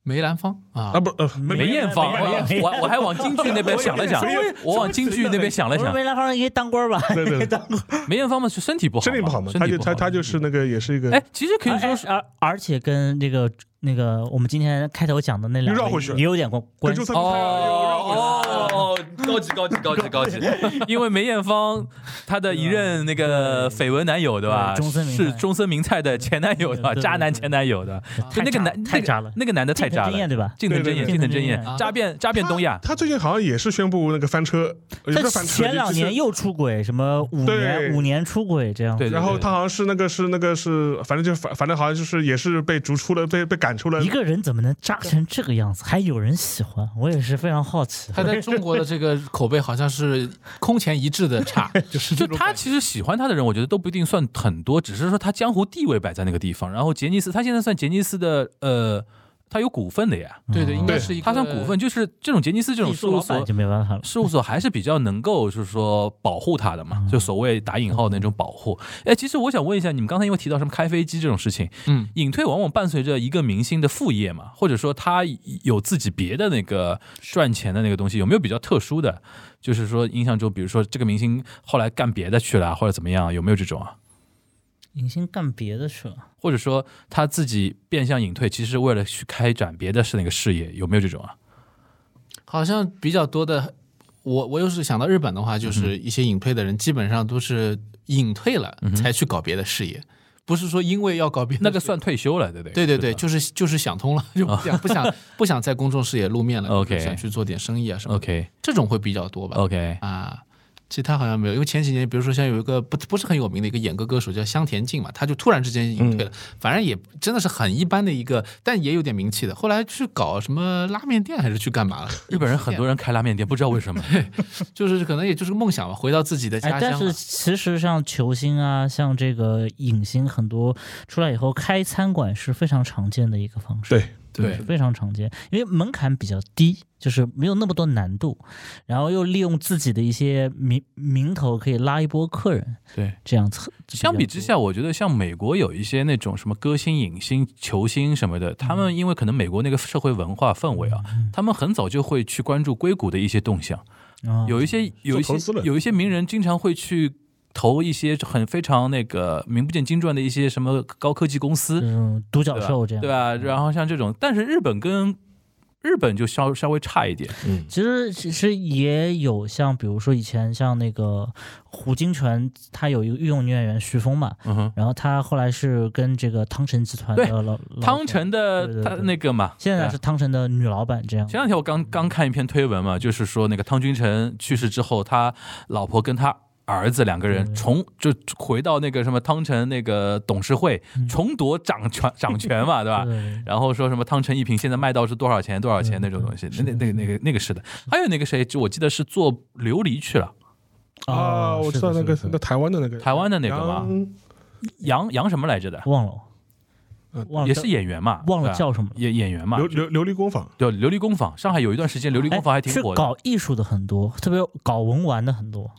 Speaker 5: 梅兰芳啊
Speaker 2: 啊，，不呃梅
Speaker 3: 梅艳芳，我我我还往京剧那边想了想，我往京剧那边想了
Speaker 4: 我说
Speaker 3: 想，
Speaker 4: 梅兰芳应该当官吧？
Speaker 2: 对对对，
Speaker 3: 梅艳芳嘛是身体不好嘛，
Speaker 2: 身体不好嘛，
Speaker 3: 身
Speaker 2: 他
Speaker 3: 体
Speaker 2: 就
Speaker 3: 不
Speaker 2: 他
Speaker 3: 好
Speaker 2: 他就是那个也是一个
Speaker 3: 哎，其实可以
Speaker 4: 哎
Speaker 3: 说是。
Speaker 4: 而而且跟这个那个我们今天开头讲的那两
Speaker 2: 又绕回
Speaker 4: 个
Speaker 2: 去了
Speaker 4: 也有点关
Speaker 2: 跟
Speaker 4: 关
Speaker 2: 周
Speaker 4: 系。
Speaker 2: 三
Speaker 3: 哦
Speaker 2: 太啊
Speaker 3: 哦哦，高级高级高级高级，因为梅艳芳她的一任那个绯闻男友对吧？
Speaker 4: 对中森明菜
Speaker 3: 是中森明菜的前男友对吧？
Speaker 4: 对对对
Speaker 3: 渣男前男友的，
Speaker 4: 太
Speaker 3: 就那个
Speaker 4: 渣
Speaker 3: 男那个
Speaker 4: 太渣了，
Speaker 3: 那个男的太渣
Speaker 4: 金
Speaker 3: 了
Speaker 4: 燕。对吧？
Speaker 3: 近藤真
Speaker 4: 对对
Speaker 3: 彦，
Speaker 4: 对
Speaker 3: 近藤真
Speaker 4: 近藤真
Speaker 3: 彦，
Speaker 5: 彦
Speaker 3: 诈骗诈骗东亚，
Speaker 2: 他最近好像也是宣布那个翻车，也不
Speaker 4: 他
Speaker 2: 是翻车，
Speaker 4: 前两年
Speaker 2: 又。
Speaker 4: 又出轨，什么五
Speaker 2: 对
Speaker 4: 年五年出轨这样。
Speaker 3: 对，对
Speaker 2: 然后
Speaker 3: 对
Speaker 2: 他好像是那个是那个是，反正就反反正好像就是也是被逐出了，被被赶出了
Speaker 3: 嗯
Speaker 4: 一。个人怎么能渣成这个样子，还有人喜欢？我也是非常好奇。
Speaker 5: 他在中国的这个口碑好像是空前一致
Speaker 3: <laughs>
Speaker 5: 的差，就是
Speaker 3: 就
Speaker 5: 这种
Speaker 3: 他
Speaker 5: 感觉
Speaker 3: 其实喜欢他的人，我觉得都不一定算很多，只是说他江湖地位摆在那个地方。然后杰尼斯，他现在算杰尼斯的呃，他有股份的呀，
Speaker 5: 对对，应该
Speaker 2: 对
Speaker 5: 是一个
Speaker 3: 他算股份，就是这种杰尼斯这种
Speaker 4: 你
Speaker 3: 事
Speaker 4: 做
Speaker 3: 务
Speaker 4: 老
Speaker 3: 所
Speaker 4: 板就没办法了。
Speaker 3: 事务所还是比较能够，就是说保护他的
Speaker 5: 嗯
Speaker 3: 嘛，就所谓打引号的那种保护。哎，其实我想问一下，你们刚才因为提到什么开飞机这种事情，
Speaker 5: 嗯，
Speaker 3: 隐退往往伴随着一个明星的副业嘛，或者说他有自己别的那个赚钱的那个东西，有没有比较特殊的？就是说印象中，比如说这个明星后来干别的去了啊，或者怎么样，有没有这种啊？
Speaker 4: 影星干别的去了，
Speaker 3: 或者说他自己变相隐退，其实为了去开展别的是那个事业，有没有这种啊？
Speaker 5: 好像比较多的，我我又是想到日本的话，
Speaker 3: 嗯
Speaker 5: 就是一些隐退的人基本上都是隐退了才去搞别的事业，不是说因为要搞别
Speaker 3: 嗯
Speaker 5: 的
Speaker 3: 那个
Speaker 5: 事业
Speaker 3: 算退休了，对不对？
Speaker 5: 对对对，
Speaker 3: 是吧
Speaker 5: 就是就是想通了， <laughs> 就不
Speaker 3: <laughs>
Speaker 5: 想不想不想在公众视野露面了
Speaker 3: OK
Speaker 5: 想去做点生意啊什么的，
Speaker 3: OK
Speaker 5: 这种会比较多吧？
Speaker 3: OK，
Speaker 5: 啊，其他好像没有，因为前几年，比如说像有一个不不是很有名的一个演歌歌手叫香田静嘛，他就突然之间隐退了，反正也真的是很一般的一个，但也有点名气的。后来去搞什么拉面店还是去干嘛了？ <laughs>
Speaker 3: 日本人很多人开拉面店，不知道为
Speaker 4: <laughs>
Speaker 3: 什么。
Speaker 5: 就是可能也就是个梦想吧，回到自己的
Speaker 4: 哎
Speaker 5: 家，
Speaker 3: 啊
Speaker 4: 但
Speaker 5: 乡
Speaker 4: 是
Speaker 5: 嘛。
Speaker 4: 其实像球星啊，像这个影星，很多出来以后开餐馆是非常常见的一个方式。
Speaker 2: 对，
Speaker 5: 对
Speaker 4: 是非常常见，因为门槛比较低，就是没有那么多难度，然后又利用自己的一些名名头可以拉一波客人，
Speaker 3: 对，
Speaker 4: 这样子。
Speaker 3: 相比之下，我觉得像美国有一些那种什么歌星、影星、球星什
Speaker 4: 嗯
Speaker 3: 么的，他们因为可能美国那个社会文化氛围啊，他们很早就会去关注硅谷的一些动向。
Speaker 4: 啊，
Speaker 3: 有一些有一些
Speaker 2: 投资人
Speaker 3: 有一些名人经常会去投一些很非常那个名不见经传的一些什么高科技公司
Speaker 4: 这，种独角
Speaker 3: 对吧
Speaker 4: 兽这样，嗯
Speaker 3: 对吧？然后像这种，但是日本跟日本就稍稍微差一点，
Speaker 4: 其实其实也有像比如说以前像那个胡金铨，他有一个御用女演员徐峰嘛，
Speaker 3: 嗯哼，
Speaker 4: 然后他后来是跟这个汤臣集团的
Speaker 3: 对
Speaker 4: 老老
Speaker 3: 汤臣
Speaker 4: 对
Speaker 3: 的
Speaker 4: 对
Speaker 3: 他
Speaker 4: 对
Speaker 3: 那个嘛，
Speaker 4: 现
Speaker 3: 对
Speaker 4: 在
Speaker 3: 吧
Speaker 4: 是汤臣的女老板这样。
Speaker 3: 前两天我刚刚看一篇推文嘛，就是说那个汤君成去世之后，他老婆跟他儿子两个人
Speaker 4: 对
Speaker 3: 重就回到那个什么汤臣那个董事会
Speaker 4: 嗯
Speaker 3: 重夺掌权掌权嘛，对吧？
Speaker 4: 对
Speaker 3: 然后说什么汤臣一瓶现在卖到是多少钱多少钱
Speaker 4: 对
Speaker 3: 那种东西，
Speaker 4: 嗯是
Speaker 3: 那
Speaker 4: 的
Speaker 3: 那那个那个那个是的，还有那个谁，就我记得是做琉璃去了，
Speaker 4: 哦
Speaker 2: 啊，我知道那个那台湾的那个
Speaker 3: 台湾的那个嘛，
Speaker 2: 杨
Speaker 3: 杨杨什么来着的，
Speaker 4: 忘了
Speaker 2: 嗯，
Speaker 4: 忘了
Speaker 3: 也是演员嘛，
Speaker 4: 忘了
Speaker 3: 对啊吧
Speaker 4: 叫什么了。
Speaker 3: 演演员嘛，
Speaker 2: 琉琉琉璃工坊，
Speaker 3: 对琉璃工坊，上海有一段时间琉璃工坊还挺
Speaker 4: 哎是
Speaker 3: 火的，
Speaker 4: 搞艺术的很多，特别搞文玩的很多。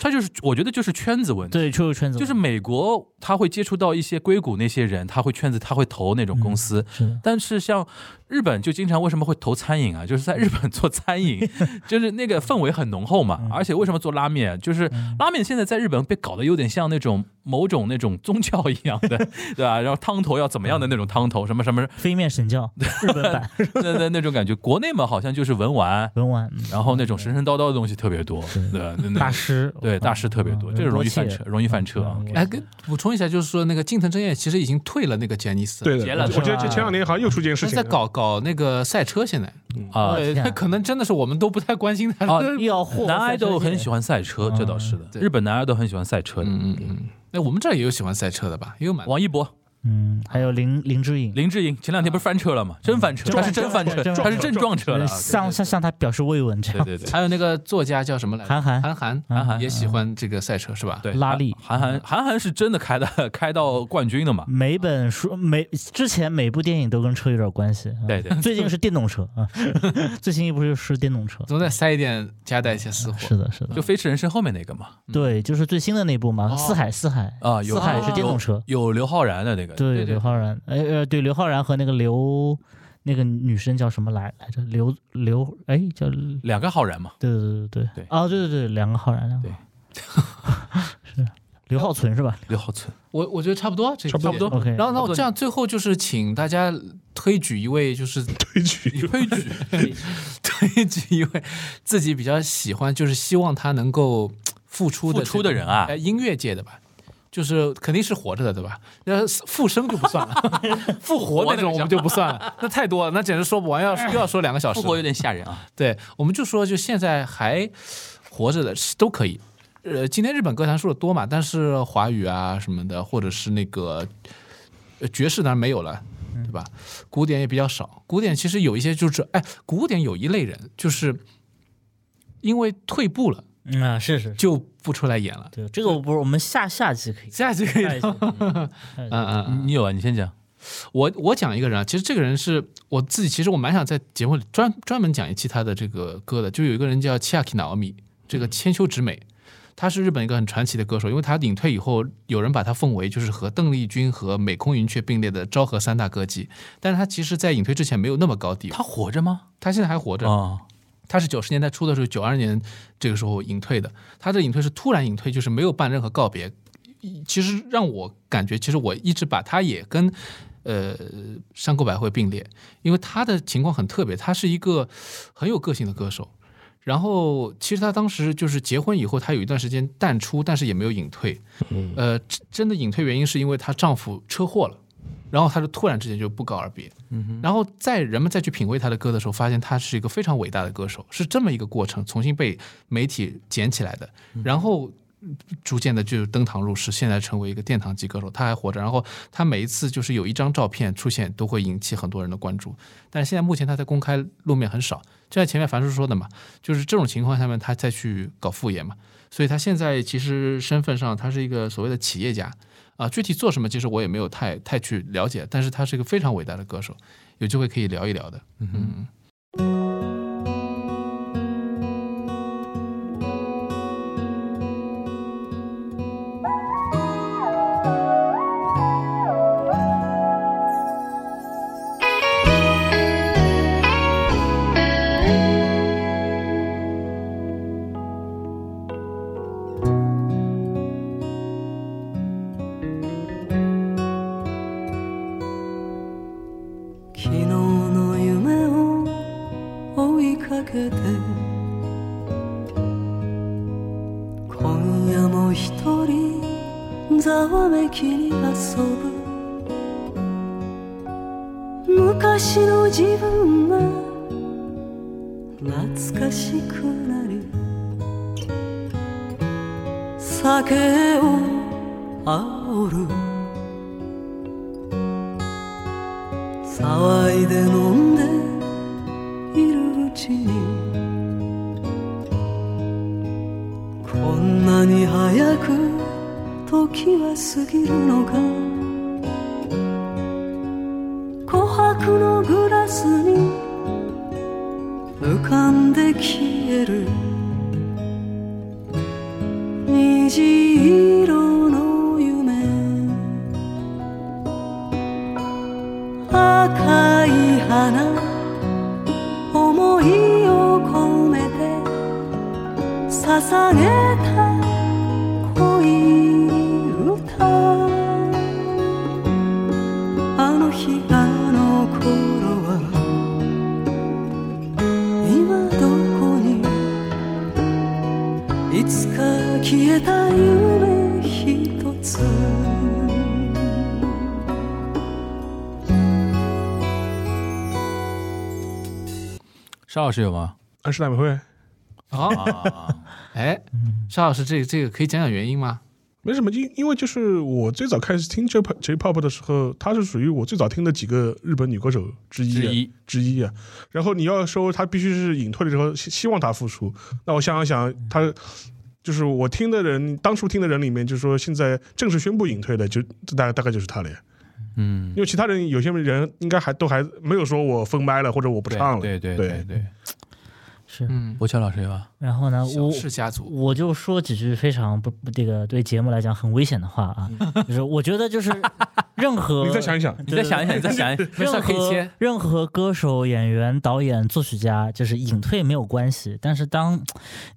Speaker 3: 他就是我觉得就是圈子问题。
Speaker 4: 对，就是圈子文，
Speaker 3: 就是美国，他会接触到一些硅谷那些人，他会圈子，他会投那种
Speaker 4: 嗯
Speaker 3: 公司。
Speaker 4: 是的，
Speaker 3: 但是像日本就经常为什么会投餐饮啊？就是在日本做
Speaker 4: <laughs>
Speaker 3: 餐饮，就是那个氛围很浓厚
Speaker 4: 嗯
Speaker 3: 嘛。而且为什么做拉面？就是拉面现在在日本被搞得有点像那种某种那种宗教一样
Speaker 4: <laughs>
Speaker 3: 的，对吧？然后汤头要怎么样
Speaker 4: 嗯
Speaker 3: 的那种汤头，什么什么
Speaker 4: 飞面神
Speaker 3: <laughs>
Speaker 4: 教日本版
Speaker 3: 那那那种感觉。国内嘛，好像就是文玩，
Speaker 4: 文玩嗯
Speaker 3: 然后那种神神叨叨的东西特别多，对吧？那那
Speaker 4: 大师，
Speaker 3: 对大
Speaker 4: 嗯
Speaker 3: 师特别多，这个容易翻
Speaker 4: 犯
Speaker 3: 车，容易翻
Speaker 4: 嗯
Speaker 3: 车啊。
Speaker 5: 哎，跟补充一下，就是说那个近藤真彦其实已经退了那个杰尼斯，
Speaker 2: 对
Speaker 3: 结
Speaker 2: 的，
Speaker 3: 了
Speaker 2: 我
Speaker 3: 是
Speaker 2: 记得
Speaker 3: 吧
Speaker 2: 这前两年好像又出这件事
Speaker 5: 他
Speaker 2: 情
Speaker 5: 在
Speaker 2: 了，
Speaker 5: 搞搞那个赛车，现在
Speaker 3: 啊
Speaker 4: 哦
Speaker 5: 对，
Speaker 4: 天啊
Speaker 5: 他 <laughs> 可能真的是我们都不太关心他 <laughs>
Speaker 3: 啊
Speaker 5: 的。
Speaker 4: 要货
Speaker 3: 男爱豆很喜欢赛车，这倒是的。
Speaker 5: 对
Speaker 3: 日本男爱豆很喜欢赛车的，
Speaker 5: 嗯嗯嗯，那我们这儿也有喜欢赛车的吧？也有蛮
Speaker 3: 王一博、
Speaker 4: 嗯，还有林林志颖，
Speaker 3: 林志颖前两天不是翻车了吗？真翻车，
Speaker 4: 真
Speaker 3: 他
Speaker 4: 翻
Speaker 3: 是真翻车，
Speaker 4: 嗯真翻车
Speaker 3: 他是真撞车了
Speaker 4: 呃
Speaker 3: 啊。
Speaker 4: 向向向他表示慰问，这
Speaker 3: 对
Speaker 4: 样
Speaker 3: 对对，
Speaker 5: 还有那个作家叫什么来着？
Speaker 4: 韩寒
Speaker 5: 韩寒，
Speaker 3: 韩寒
Speaker 5: 也喜欢这个赛车是吧？
Speaker 3: 对
Speaker 4: 拉力嗯
Speaker 3: 韩寒韩寒是真的开的 <laughs> 开到冠军的嘛？
Speaker 4: 每本书每之前每部电影都跟车有点关系，啊
Speaker 3: 对对，
Speaker 4: 最近是电动车啊， <laughs> 最新一部就是电动车，
Speaker 5: 总得塞一点，夹带一些私货。
Speaker 4: 是的，是的
Speaker 3: 就，《飞驰人生》后面那个嘛。
Speaker 4: 对，就是最新的那部嘛，
Speaker 5: 哦
Speaker 4: 四海四海
Speaker 3: 啊，有
Speaker 4: 四海是电动车，
Speaker 3: 有有刘昊然的那个，
Speaker 4: 对
Speaker 5: 对
Speaker 4: 刘昊然，哎呃，对刘昊然和那个刘那个女生叫什么来来着？刘刘哎叫对
Speaker 3: 两个昊然嘛。
Speaker 4: 对对对
Speaker 3: 对
Speaker 4: 啊对对对，两个昊然两个
Speaker 3: 对
Speaker 4: <laughs> 是啊刘浩存是吧
Speaker 3: 刘浩存，
Speaker 5: 我我觉得差不多，这
Speaker 8: 差不多
Speaker 5: 这点
Speaker 4: ？OK，
Speaker 5: 然后
Speaker 3: 差
Speaker 5: 呢，
Speaker 3: 不多
Speaker 5: 我这样最后就是请大家推举一位，就是
Speaker 8: 推举
Speaker 5: <laughs> 推举
Speaker 3: <laughs>
Speaker 5: 推举一位自己比较喜欢，就是希望他能够付出的
Speaker 3: 付出
Speaker 5: 这个
Speaker 3: 的人啊
Speaker 5: 哎，音乐界的吧。就是肯定是活着的，对吧？那复生就
Speaker 3: <laughs>
Speaker 5: 不算了，复活那种我们就不算了，那太多了，那简直说不
Speaker 3: <laughs>
Speaker 5: 完，要又要说两个小时
Speaker 3: 复
Speaker 5: 了。
Speaker 3: 活有点吓人啊。
Speaker 5: 对，我们就说就现在还活着的是都可以。呃，今天日本歌坛说的多嘛，但是华语啊什么的，或者是那个呃爵士当然没有了，对吧？古典也比较少。古典其实有一些就是，哎，古典有一类人就是嗯因为退步了
Speaker 4: 嗯啊是是，是
Speaker 5: 就不出来演了。
Speaker 4: 对这个我不是我们下下集可以，
Speaker 5: 下一集可以聊，
Speaker 4: 下一集可以
Speaker 5: 嗯嗯嗯，
Speaker 3: 你有啊？你先讲。
Speaker 5: 我我讲一个人啊，其实这个人是我自己，其实我蛮想在节目里专专门讲一期他的这个歌的，就有一个人叫 Chiaki Naomi，这个千秋直美，他是日本一个很传奇的歌手，因为他隐退以后，有人把他奉为就是和邓丽君和美空云雀并列的昭和三大歌姬，但是他其实在隐退之前没有那么高地位，
Speaker 3: 他活着吗？
Speaker 5: 他现在还活着，
Speaker 3: 啊，
Speaker 5: 他是九十年代初的时候，九二年这个时候隐退的。他的隐退是突然隐退，就是没有办任何告别。其实让我感觉，其实我一直把他也跟呃山口百惠并列，因为他的情况很特别，他是一个很有个性的歌手。然后，其实他当时就是结婚以后，他有一段时间淡出，但是也没有隐退。呃，真真的隐退原因是因为她丈夫车祸了，然后她就突然之间就不告而别。然后在人们再去品味她的歌的时候，发现她是一个非常伟大的歌手，是这么一个过程，重新被媒体捡起来的，然后。逐渐的就登堂入室，现在成为一个殿堂级歌手，他还活着。然后他每一次就是有一张照片出现，都会引起很多人的关注。但是现在目前他在公开露面很少，就像前面樊叔说的嘛，就是这种情况下面他再去搞副业嘛。所以他现在其实身份上他是一个所谓的企业家啊，具体做什么其实我也没有太太去了解，但是他是一个非常伟大的歌手，有机会可以聊一聊的。嗯，
Speaker 9: 昨日の夢を追いかけて今夜も一人ざわめきに遊ぶ昔の自分が懐かしくなり酒を煽る騒いで飲んでいるうちにこんなに早く時は過ぎるのか琥珀のグラスに浮かんで消える虹色の夢赤い花思いを込めて捧げた恋歌あの日あの頃は今どこにいつか消えた夢一
Speaker 3: 沙老师有吗？
Speaker 2: 安室奈美惠
Speaker 5: 啊，
Speaker 3: 啊，
Speaker 5: 哎，沙老师，这这个可以讲讲原因吗？
Speaker 2: 没什么，因因为就是我最早开始听 J J pop 的时候，她是属于我最早听的几个日本女歌手之一
Speaker 3: 之
Speaker 2: 啊
Speaker 3: 一
Speaker 2: 之一啊。然后你要说她必须是隐退了之后，希希望她复出，那我想一想，
Speaker 3: 嗯
Speaker 2: 她就是我听的人，当初听的人里面，就是说现在正式宣布隐退的，就大大概就是她了呀。
Speaker 3: 嗯，
Speaker 2: 因为其他人有些人应该还都还没有说我封麦了或者我不唱了，
Speaker 3: 对对
Speaker 2: 对
Speaker 3: 对对，
Speaker 4: 是。
Speaker 5: 嗯，
Speaker 3: 博乔老师有啊吗？
Speaker 4: <laughs> 然后呢，
Speaker 5: 小
Speaker 4: 我
Speaker 5: 氏家族，
Speaker 4: 我就说几句非常不不这个对节目来讲很危险的话啊，就是我觉得就是任何
Speaker 2: <laughs> 你再想一想，
Speaker 3: 你再想一想，你再想 <laughs> 一想，
Speaker 5: 没事
Speaker 4: 任
Speaker 5: 可以
Speaker 4: 何
Speaker 5: 切
Speaker 4: 任何歌手、演员、导演、作曲家，就是隐退没有关系，但是当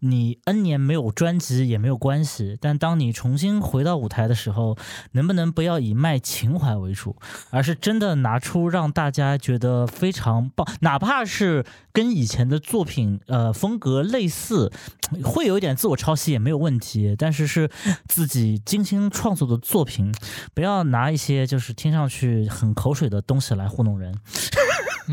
Speaker 4: 你 N 年没有专辑也没有关系，但当你重新回到舞台的时候，能不能不要以卖情怀为主，而是真的拿出让大家觉得非常嗯棒，哪怕是跟以前的作品呃风格类似，会有一点自我抄袭也没有问题，但是是自己精心创作的作品，不要拿一些就是听上去很口水的东西来糊弄人。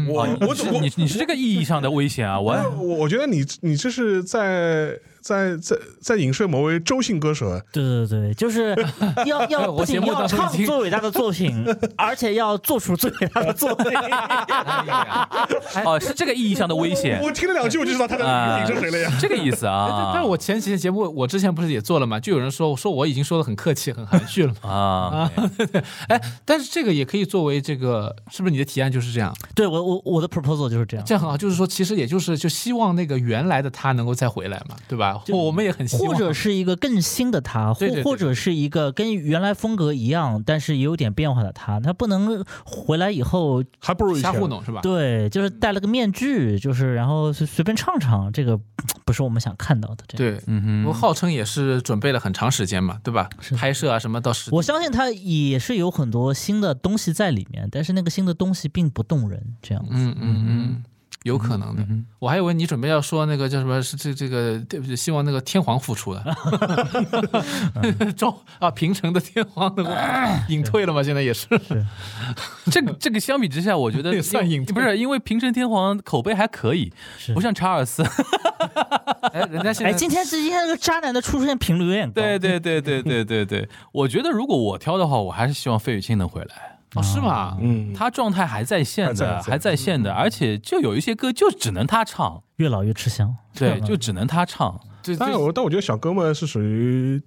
Speaker 2: 我我
Speaker 3: 是
Speaker 2: 我
Speaker 3: 嗯啊你你是这个意义上的危险啊！我
Speaker 2: 我我觉得你你这是在在在在影射某位周姓歌手啊，
Speaker 4: 对对对，就是
Speaker 5: <laughs>
Speaker 4: 要要
Speaker 5: 我
Speaker 4: 不仅
Speaker 5: 节目
Speaker 4: 要
Speaker 5: 当中已
Speaker 4: 唱
Speaker 5: 经
Speaker 4: 最伟大的作
Speaker 5: <laughs>
Speaker 4: 品，而且要做出最伟大的作品。
Speaker 3: 哦，是这个意义上的危险
Speaker 2: 我听了两句我就知道他在
Speaker 3: 啊，
Speaker 2: 影射谁了呀。
Speaker 3: 是这个意思啊。
Speaker 5: 但是我前几天节目，我之前不是也做了嘛，就有人说我说我已经说的很客气、很含蓄了嘛。
Speaker 3: 啊，
Speaker 5: <laughs> 哎，但是这个也可以作为这个，是不是你的提案就是这样？
Speaker 4: 对我我我的 proposal 就是这样
Speaker 5: 这。样很好，就是说，其实也就是就希望那个原来的他能够再回来嘛，对吧？或我们也很希望，
Speaker 4: 或者是一个更新的他，或
Speaker 5: 对对对
Speaker 4: 或者是一个跟原来风格一样，但是也有点变化的他，他不能回来以后，
Speaker 5: 啊
Speaker 2: 还不如以前
Speaker 5: 瞎糊弄是吧？
Speaker 4: 对，就是戴了个面具，就是然后随随便唱唱，这个不是我们想看到的。这样，
Speaker 5: 对，
Speaker 3: 嗯
Speaker 5: 我
Speaker 3: 哼，
Speaker 5: 号称也是准备了很长时间嘛，对吧？拍摄啊什么到十，
Speaker 4: 我相信他也是有很多新的东西在里面，但是那个新的东西并不动人。这样，
Speaker 5: 嗯嗯嗯，有可能的。我还以为你准备要说那个叫什么，是这这个对不起，希望那个天皇复 <laughs> 出的，赵啊平城的天皇能够隐退了吗？现在也是，
Speaker 3: 这个这个相比之下，我觉 <laughs> 得
Speaker 5: 也算隐退
Speaker 3: 不是因为平成天皇口碑还可以，
Speaker 4: 是
Speaker 3: 不像查尔斯。
Speaker 5: 哎，人家现在
Speaker 4: 哎，今天是今天这个渣男的出现频率有点高。
Speaker 3: 对对对对对对对，我觉得如果我挑的话，我还是希望费玉清能回来。
Speaker 5: 哦是吗？
Speaker 2: 嗯，
Speaker 3: 他状态还在线
Speaker 2: 还在还嗯
Speaker 3: 的，
Speaker 2: 在
Speaker 3: 还在线的，而且就有一些歌就只能他唱，
Speaker 4: 越老越吃香。
Speaker 3: 对，就只能他唱。
Speaker 5: 对
Speaker 2: <laughs> 但
Speaker 5: 对
Speaker 2: 是我但我觉得小哥们是属于。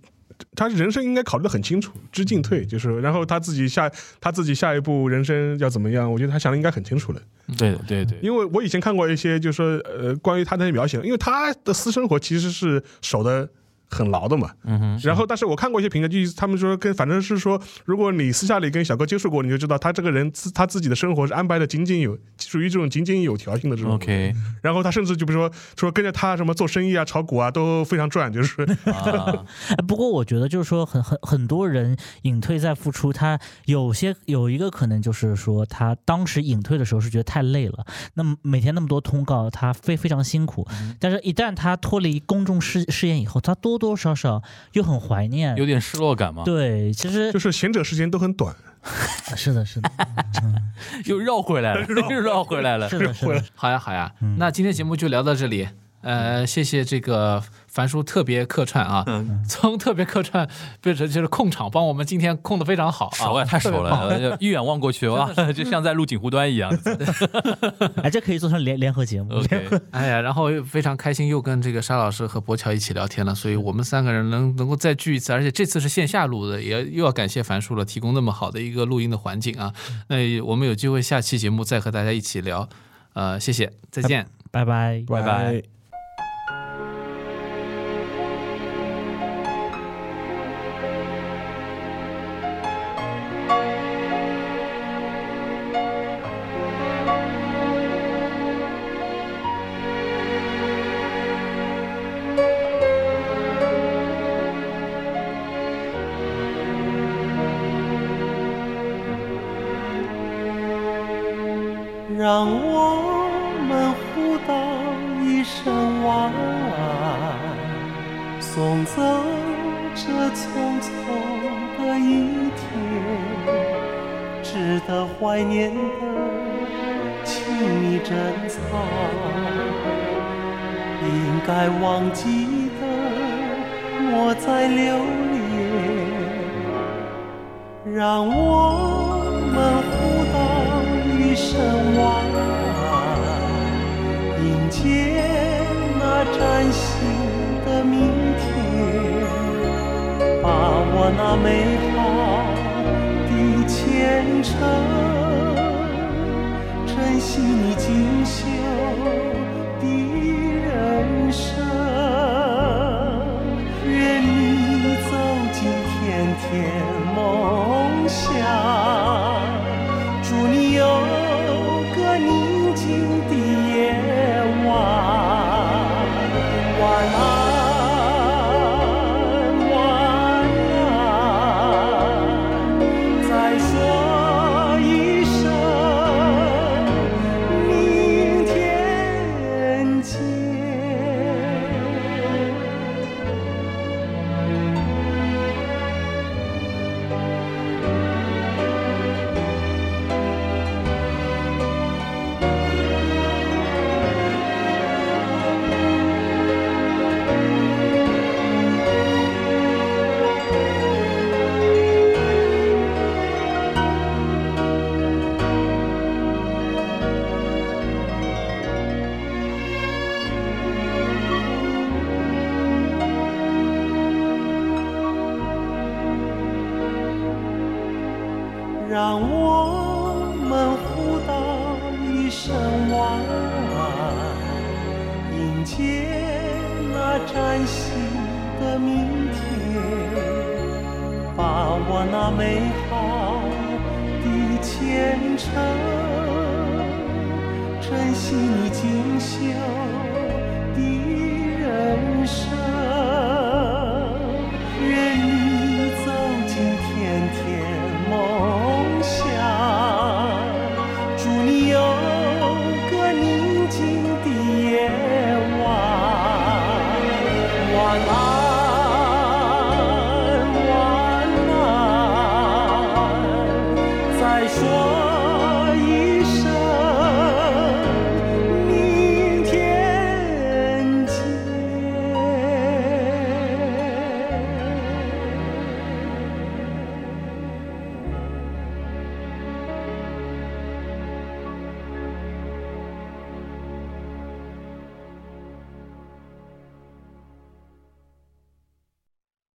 Speaker 2: 他人生应该考虑的很清楚，知进退就是，然后他自己下他自己下一步人生要怎么样，我觉得他想的应该很清楚了。
Speaker 5: 嗯
Speaker 3: 对对对，
Speaker 2: 因为我以前看过一些，就是说呃，关于他的描写，因为他的私生活其实是守的很牢的嘛。嗯哼。然后，但是我看过一些评价，就是他们说跟反正是说，如果你私下里跟小哥接触过，你就知道他这个人自他自己的生活是安排的井井有，属于这种井井有条性的这种。
Speaker 3: OK
Speaker 2: 然后他甚至就比如说说跟着他什么做生意啊、炒股啊都非常赚，就是
Speaker 3: 啊，
Speaker 4: 哎，不过我觉得就是说很很很多人隐退再复出，他有些有一个可能就是说他当时隐退的时候是觉得太累了，那么每天那么多通告，他非非常辛苦。但是，一旦他脱离公众视视野以后，他多多少少又很怀念
Speaker 3: 有。点失落感嘛，
Speaker 4: 对，其实啊
Speaker 2: 就是贤者时间都很短。
Speaker 4: 是的，是的，
Speaker 3: 又绕回来了， <laughs> 又绕回来了
Speaker 4: 是。的，是的，
Speaker 5: 好呀，好呀，那今天节目就聊到这里。呃，谢谢这个樊叔特别客串啊，从特别客串变成就是控场，帮我们今天控的非常好啊，
Speaker 3: 熟啊，太熟了，一眼望过去哇， <laughs> 就像在录景湖端一样。
Speaker 4: 哎，这可以做成联联合节目。 <laughs>
Speaker 3: OK，
Speaker 5: <laughs> 哎呀，然后非常开心，又跟这个沙老师和博乔一起聊天了，所以我们三个人能能够再聚一次，而且这次是线下录的，也又要感谢樊叔了，提供那么好的一个录音的环境啊。那我们有机会下期节目再和大家一起聊，呃，谢谢，再见。
Speaker 4: 拜拜。
Speaker 3: 拜拜。
Speaker 7: 让我们互道一声晚安，送走这匆匆的一天，值得怀念的，请你珍藏。
Speaker 10: 该忘记的，我在留恋，让我们互道一声晚安，迎接那崭新的明天。把我那美好的前程，珍惜你锦绣的人生。愿你走进甜甜梦乡，祝你有个宁静的夜晚。晚安，晚安，再说一声，明天见。让我们互道一声晚安，迎接那崭新的明天，把我那美好的前程，珍惜你锦绣